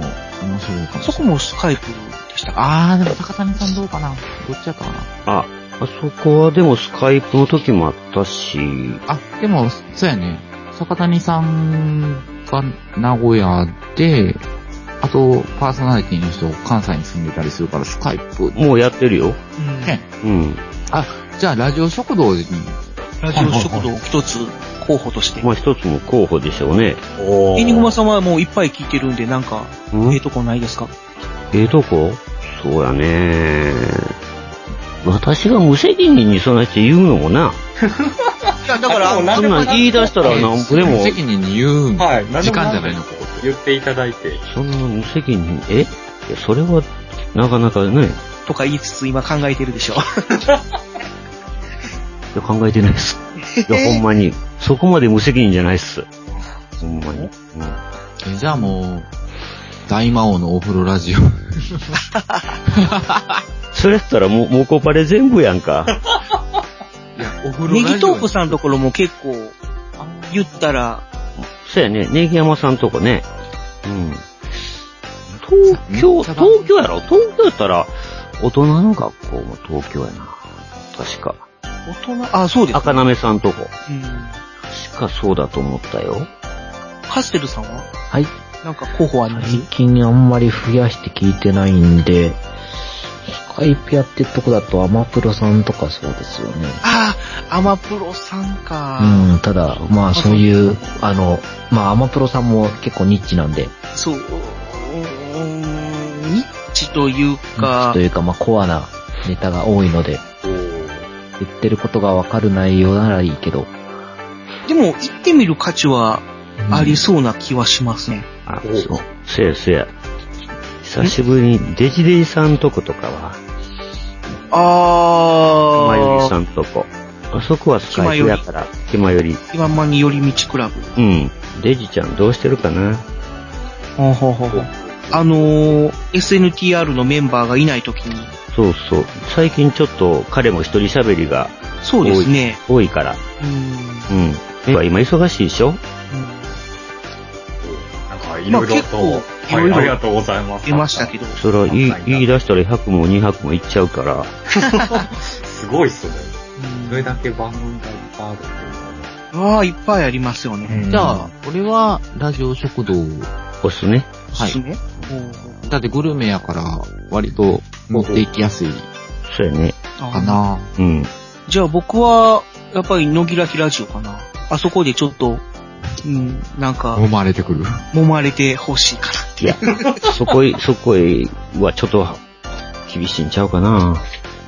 白いかも。
そこもスカイプでした
あー、でも坂谷さんどうかなどっちやったかな
あ、あそこはでもスカイプの時もあったし、
あ、でも、そうやね。坂谷さんが名古屋で、あと、パーソナリティの人、関西に住んでたりするから、スカイプ。
もうやってるよ。
ね。
うん。
あ、じゃあ、ラジオ食堂に。
ラジオ食堂一つ候補として。
まあ一つの候補でしょうね。
お
エニグマさんはもういっぱい聞いてるんで、なんか、ええとこないですか
ええとこそうやね私が無責任にそんなして言うのもな。
だから、
そんなん言い出したらなんぼでも。
無責任に言う
はい、何でも
時間じゃないの、ここ。
言っていただいて。
そんな無責任に、えいやそれは、なかなかね、い
とか言いつつ今考えてるでしょ。
や考えてないっす。いや、ほんまに。そこまで無責任じゃないっす。ほんまに。
えじゃあもう、大魔王のお風呂ラジオ。
それやったらもう、もうコパレ全部やんか。
ネギトークさんのところも結構、言ったら、
そうやね、ネギ山さんとこね。うん。東京、東京やろ東京やったら、大人の学校も東京やな。確か。
大人、あ、そうです。
赤なめさんとこ。
うん。
確かそうだと思ったよ。
カステルさんは
はい。
なんか候補あります
最近あんまり増やして聞いてないんで、スカイプやってるとこだとアマプロさんとかそうですよね。
ああ、アマプロさん
う
か。
ん、ただ、まあそういう、あの、まあアマプロさんも結構ニッチなんで、
そう、うーんニッチという
ニッ
か
チと、いうかまあコアなネタが多いので、言ってることがわかる内容ならいいけど、
でも行ってみる価値はありそうな気はしますね。
あ、そう。せやせや。久しぶりに、デジデジさんとことかは、
あ
まより
ー、
さんとこ。あそこはスカイプやから、気まより。
今まに寄り道クラブ。
うん。デジちゃんどうしてるかな
ほうほうほうほうあのー、SNTR のメンバーがいないときに、
そうそう。最近ちょっと彼も一人喋りが
そうですね
多い多いから。うん。今今忙しいでしょ
なんか、いろいろと、
まあ
はい
結構いろいろ
ありがとうございます。
出ましたけど。
それは言い言い出したら100も200もいっちゃうから。
すごいっすね。それだけ番組がいっぱいあるっていう
わあ、いっぱいありますよね。
じゃあ、俺は、ラジオ食堂。
おすすめ
はい。
すめ
だってグルメやから、割と持っていきやすい
そうやね。
かな。
うん。
じゃあ僕は、やっぱり、野木らひラジオかな。あそこでちょっと、うん、なんか、
揉まれてくる。
揉まれてほしいかな。
い や、そこへ、そこへはちょっと厳しいんちゃうかな。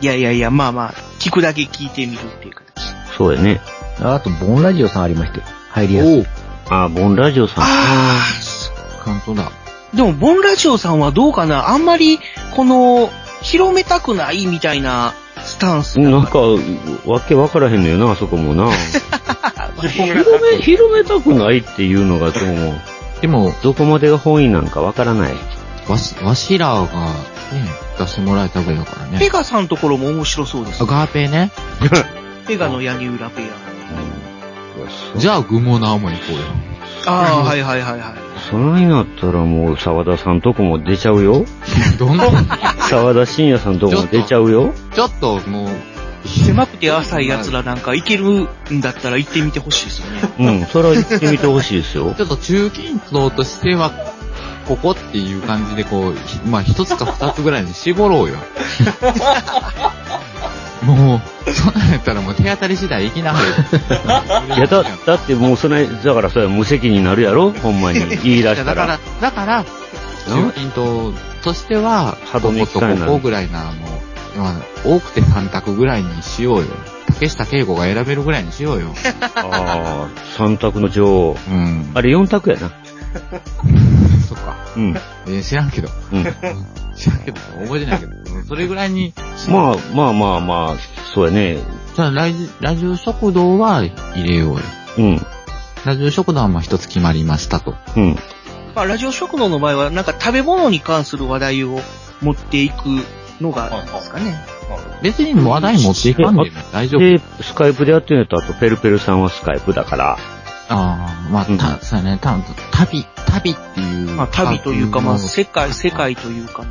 いやいやいや、まあまあ、聞くだけ聞いてみるっていうか。
そうやね。
あと、ボンラジオさんありまして、入りやすい。
あ、ボンラジオさん。
あ
あ、簡単だ。
でも、ボンラジオさんはどうかなあんまり、この、広めたくないみたいなスタンス。
なんか、わけわからへんのよな、あそこもな。広め、広めたくないっていうのがどうも。
でも、
どこまでが本意なんかわからない。
わし、わしらが、ね、出してもらえたぐらいだからね。
ペガさんのところも面白そうです。
あガーペーね。
ペガのヤニウラペア。
じゃあ、グモナーも行こうよ。
ああ、はいはいはいはい。
そないなったらもう沢田さんとこも出ちゃうよ。
どんな
沢田信也さんとこも出ちゃうよ。
ちょっともう、
狭くて浅い奴らなんか行けるんだったら行ってみてほしいですよね。
うん、それは行ってみてほしいですよ
ち。ょっと中近東としては、ここっていう感じでこう、ひまあ一つか二つぐらいに絞ろう よ。もう、そんなんやったらもう手当たり次第行きなは れ。
いや、だ、だってもうそない、だからそれは無責任になるやろほん まに。言い出した。
だからら、だから、中近東としては、
歯止め
ここと
期間にな
こ
る
こぐらいならもう、まあ多くて3択ぐらいにしようよ。竹下恵子が選べるぐらいにしようよ。
ああ、三択の女王。
うん。
あれ四択やな。
そっか。
うん。
えー知らんけど。
うん。
知らんけど、覚えてない けど。うんそれぐらいに。
まあまあまあまあ、そうやね。
じゃあ、ラジラジオ食堂は入れようよ。
うん。
ラジオ食堂はまあ一つ決まりましたと。
うん。
まあ、ラジオ食堂の場合は、なんか食べ物に関する話題を持っていくのがいいですかね。
別に話題持っていかんでも大丈夫。
で、スカイプでやってんやったら、あとペルペルさんはスカイプだから。
ああ、まあ、た、そうやね、た旅、旅っていう。
まあ、旅というか、まあ、世界、世界というかな。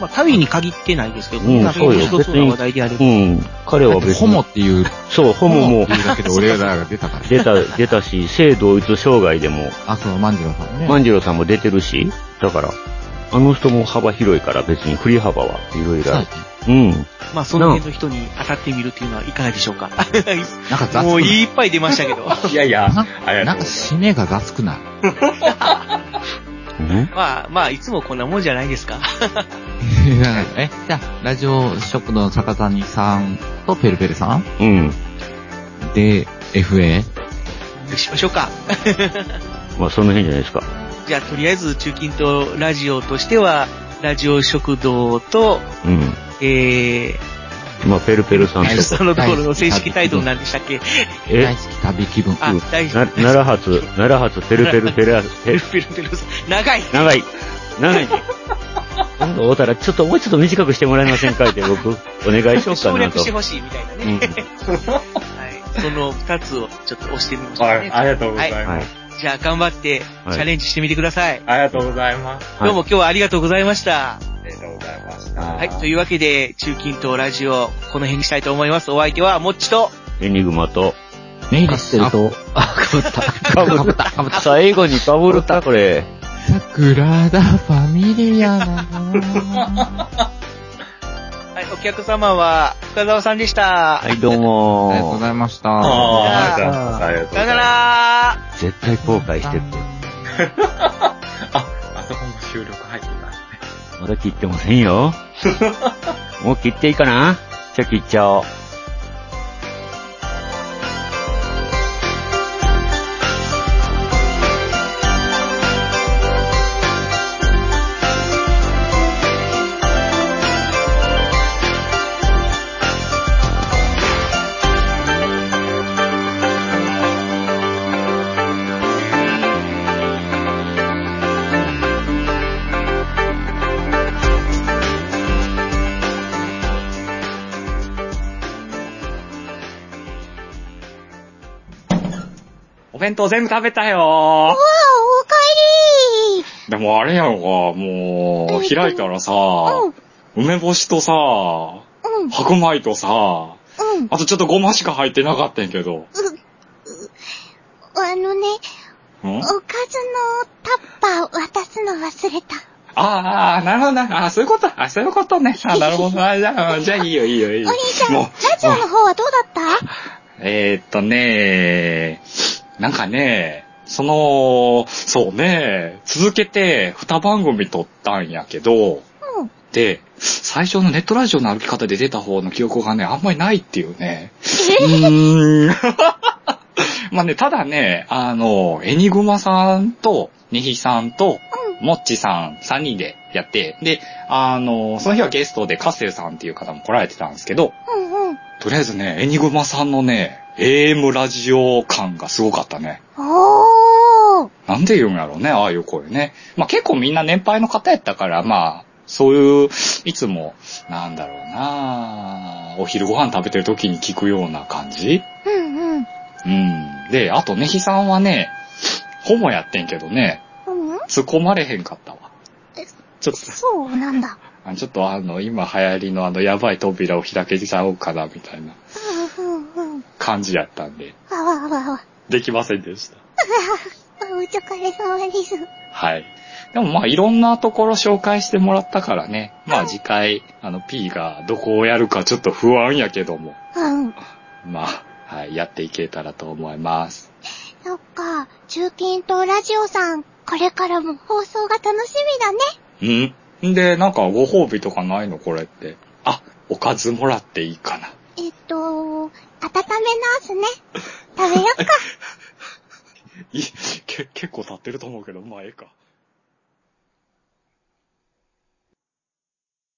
まあ、旅に限ってないですけど、
うん、
なんか
そうよ。
一つの話題であれば。
うん。彼は別に。
ホモっていう。
そう、ホモも。
言うだけで俺らが出た から。
出た、出たし、性同一障害でも、
あ、そう、万次郎さんね。
万次郎さんも出てるし、だから、あの人も幅広いから別に振り幅はいろいろある。うん。
まあ、その辺の人に当たってみるっていうのはいかがでしょう か。
なんか雑
もういっぱい出ましたけど。
いやいや、
なんか締めが雑くない。
まあ、まあ、いつもこんなもんじゃないですか。
なんかえ、じゃあ、ラジオ食堂の坂谷さんとペルペルさん
うん。
で、FA?
しましょうか。
まあ、その辺じゃないですか。
じゃあ、とりあえず、中近東ラジオとしては、ラジオ食堂と、
うん。
え
まあ、ペルペルさん
ー、
と
そのところの正式タイトルなんでしたっけ
え
大好き旅気分。
あ、大丈
な奈良発、奈良発、ペルペルペル、ペル
夫。ペルペルさん長い。
長い。長いね。今度会うたら、ちょっともうちょっと短くしてもらえませんかって僕、お願いしようか
省
な
略
と。
してほしいみたいなね。はい。その二つをちょっと押してみましたね。
はいありがとうございます
はいじゃあ頑張って
はい
チャレンジしてみてください。
ありがとうございます。
どうも今日はありがとうございました。
ありがとうございました。
はい。というわけで、中近東ラジオ、この辺にしたいと思います。お相手は、もっちと、
エニグマと、
ネイリス
ると、あ、かぶった。かぶった、かぶった。最後にかぶった、これ。
桜田ファミリアな
はい、お客様は、深澤さんでした。
はい、どうも
ありがとうございました。
あーありがとうご
さ
ざ
よ
い
な
ます。
ら
絶対後悔してる。
あそこも収録入ってます。
まだ切ってませ んよ。もう切っていいかなじゃあ切っちゃおう。
お弁当全部食べたよ
おかえり
でもあれやろか、もう、開いたらさ、梅干しとさ、白米とさ、あとちょっとごましか入ってなかったんやけど。
あのね、
ん
おかずのタッパー渡すの忘れた。
ああ、なるほどな。あそういうこと。あそういうこと ね。あなるほどな。じゃあ、じゃあいいよ、いいよ、いいよ。
お兄ちゃん、
もう
ラジオの方はどうだった
えー、っとねなんかね、その、そうね、続けて二番組撮ったんやけど、で、最初のネットラジオの歩き方で出た方の記憶がね、あんまりないっていうね。うーん。 まあね、ただね、あの、エニグマさんと、ネヒさんと、モッチさん3人でやって、で、あの、その日はゲストでカッセルさんっていう方も来られてたんですけど、
うんうん。
とりあえずね、エニグマさんのね、AM ラジオ感がすごかったね。
おー。
なんで言うんやろうね、ああいう声ね。まあ結構みんな年配の方やったから、まあ、そういう、いつも、なんだろうなお昼ご飯食べてる時に聞くような感じ
うんうん。
うん。で、あとねひさんはね、ホモやってんけどね、
うん
突っ込まれへんかったわ。ちょっと
そうなんだ。
あ、ちょっとあの、今流行りのあの、やばい扉を開けちゃおうかな、みたいな
うんうんうん。
感じやったんで、
あわあわあわ。
できませんでした。
あお疲れ様です。
はい。でもまあいろんなところ紹介してもらったからね。まあ次回、あの P がどこをやるかちょっと不安やけども。
うん。
まあ、はい、やっていけたらと思います。
そっか、中近東ラジオさん、これからも放送が楽しみだね。
うんで、なんかご褒美とかないのこれって。あ、おかずもらっていいかな。
えっと、温め直すね。食べよっか。
いけ結構経ってると思うけど、まあええか。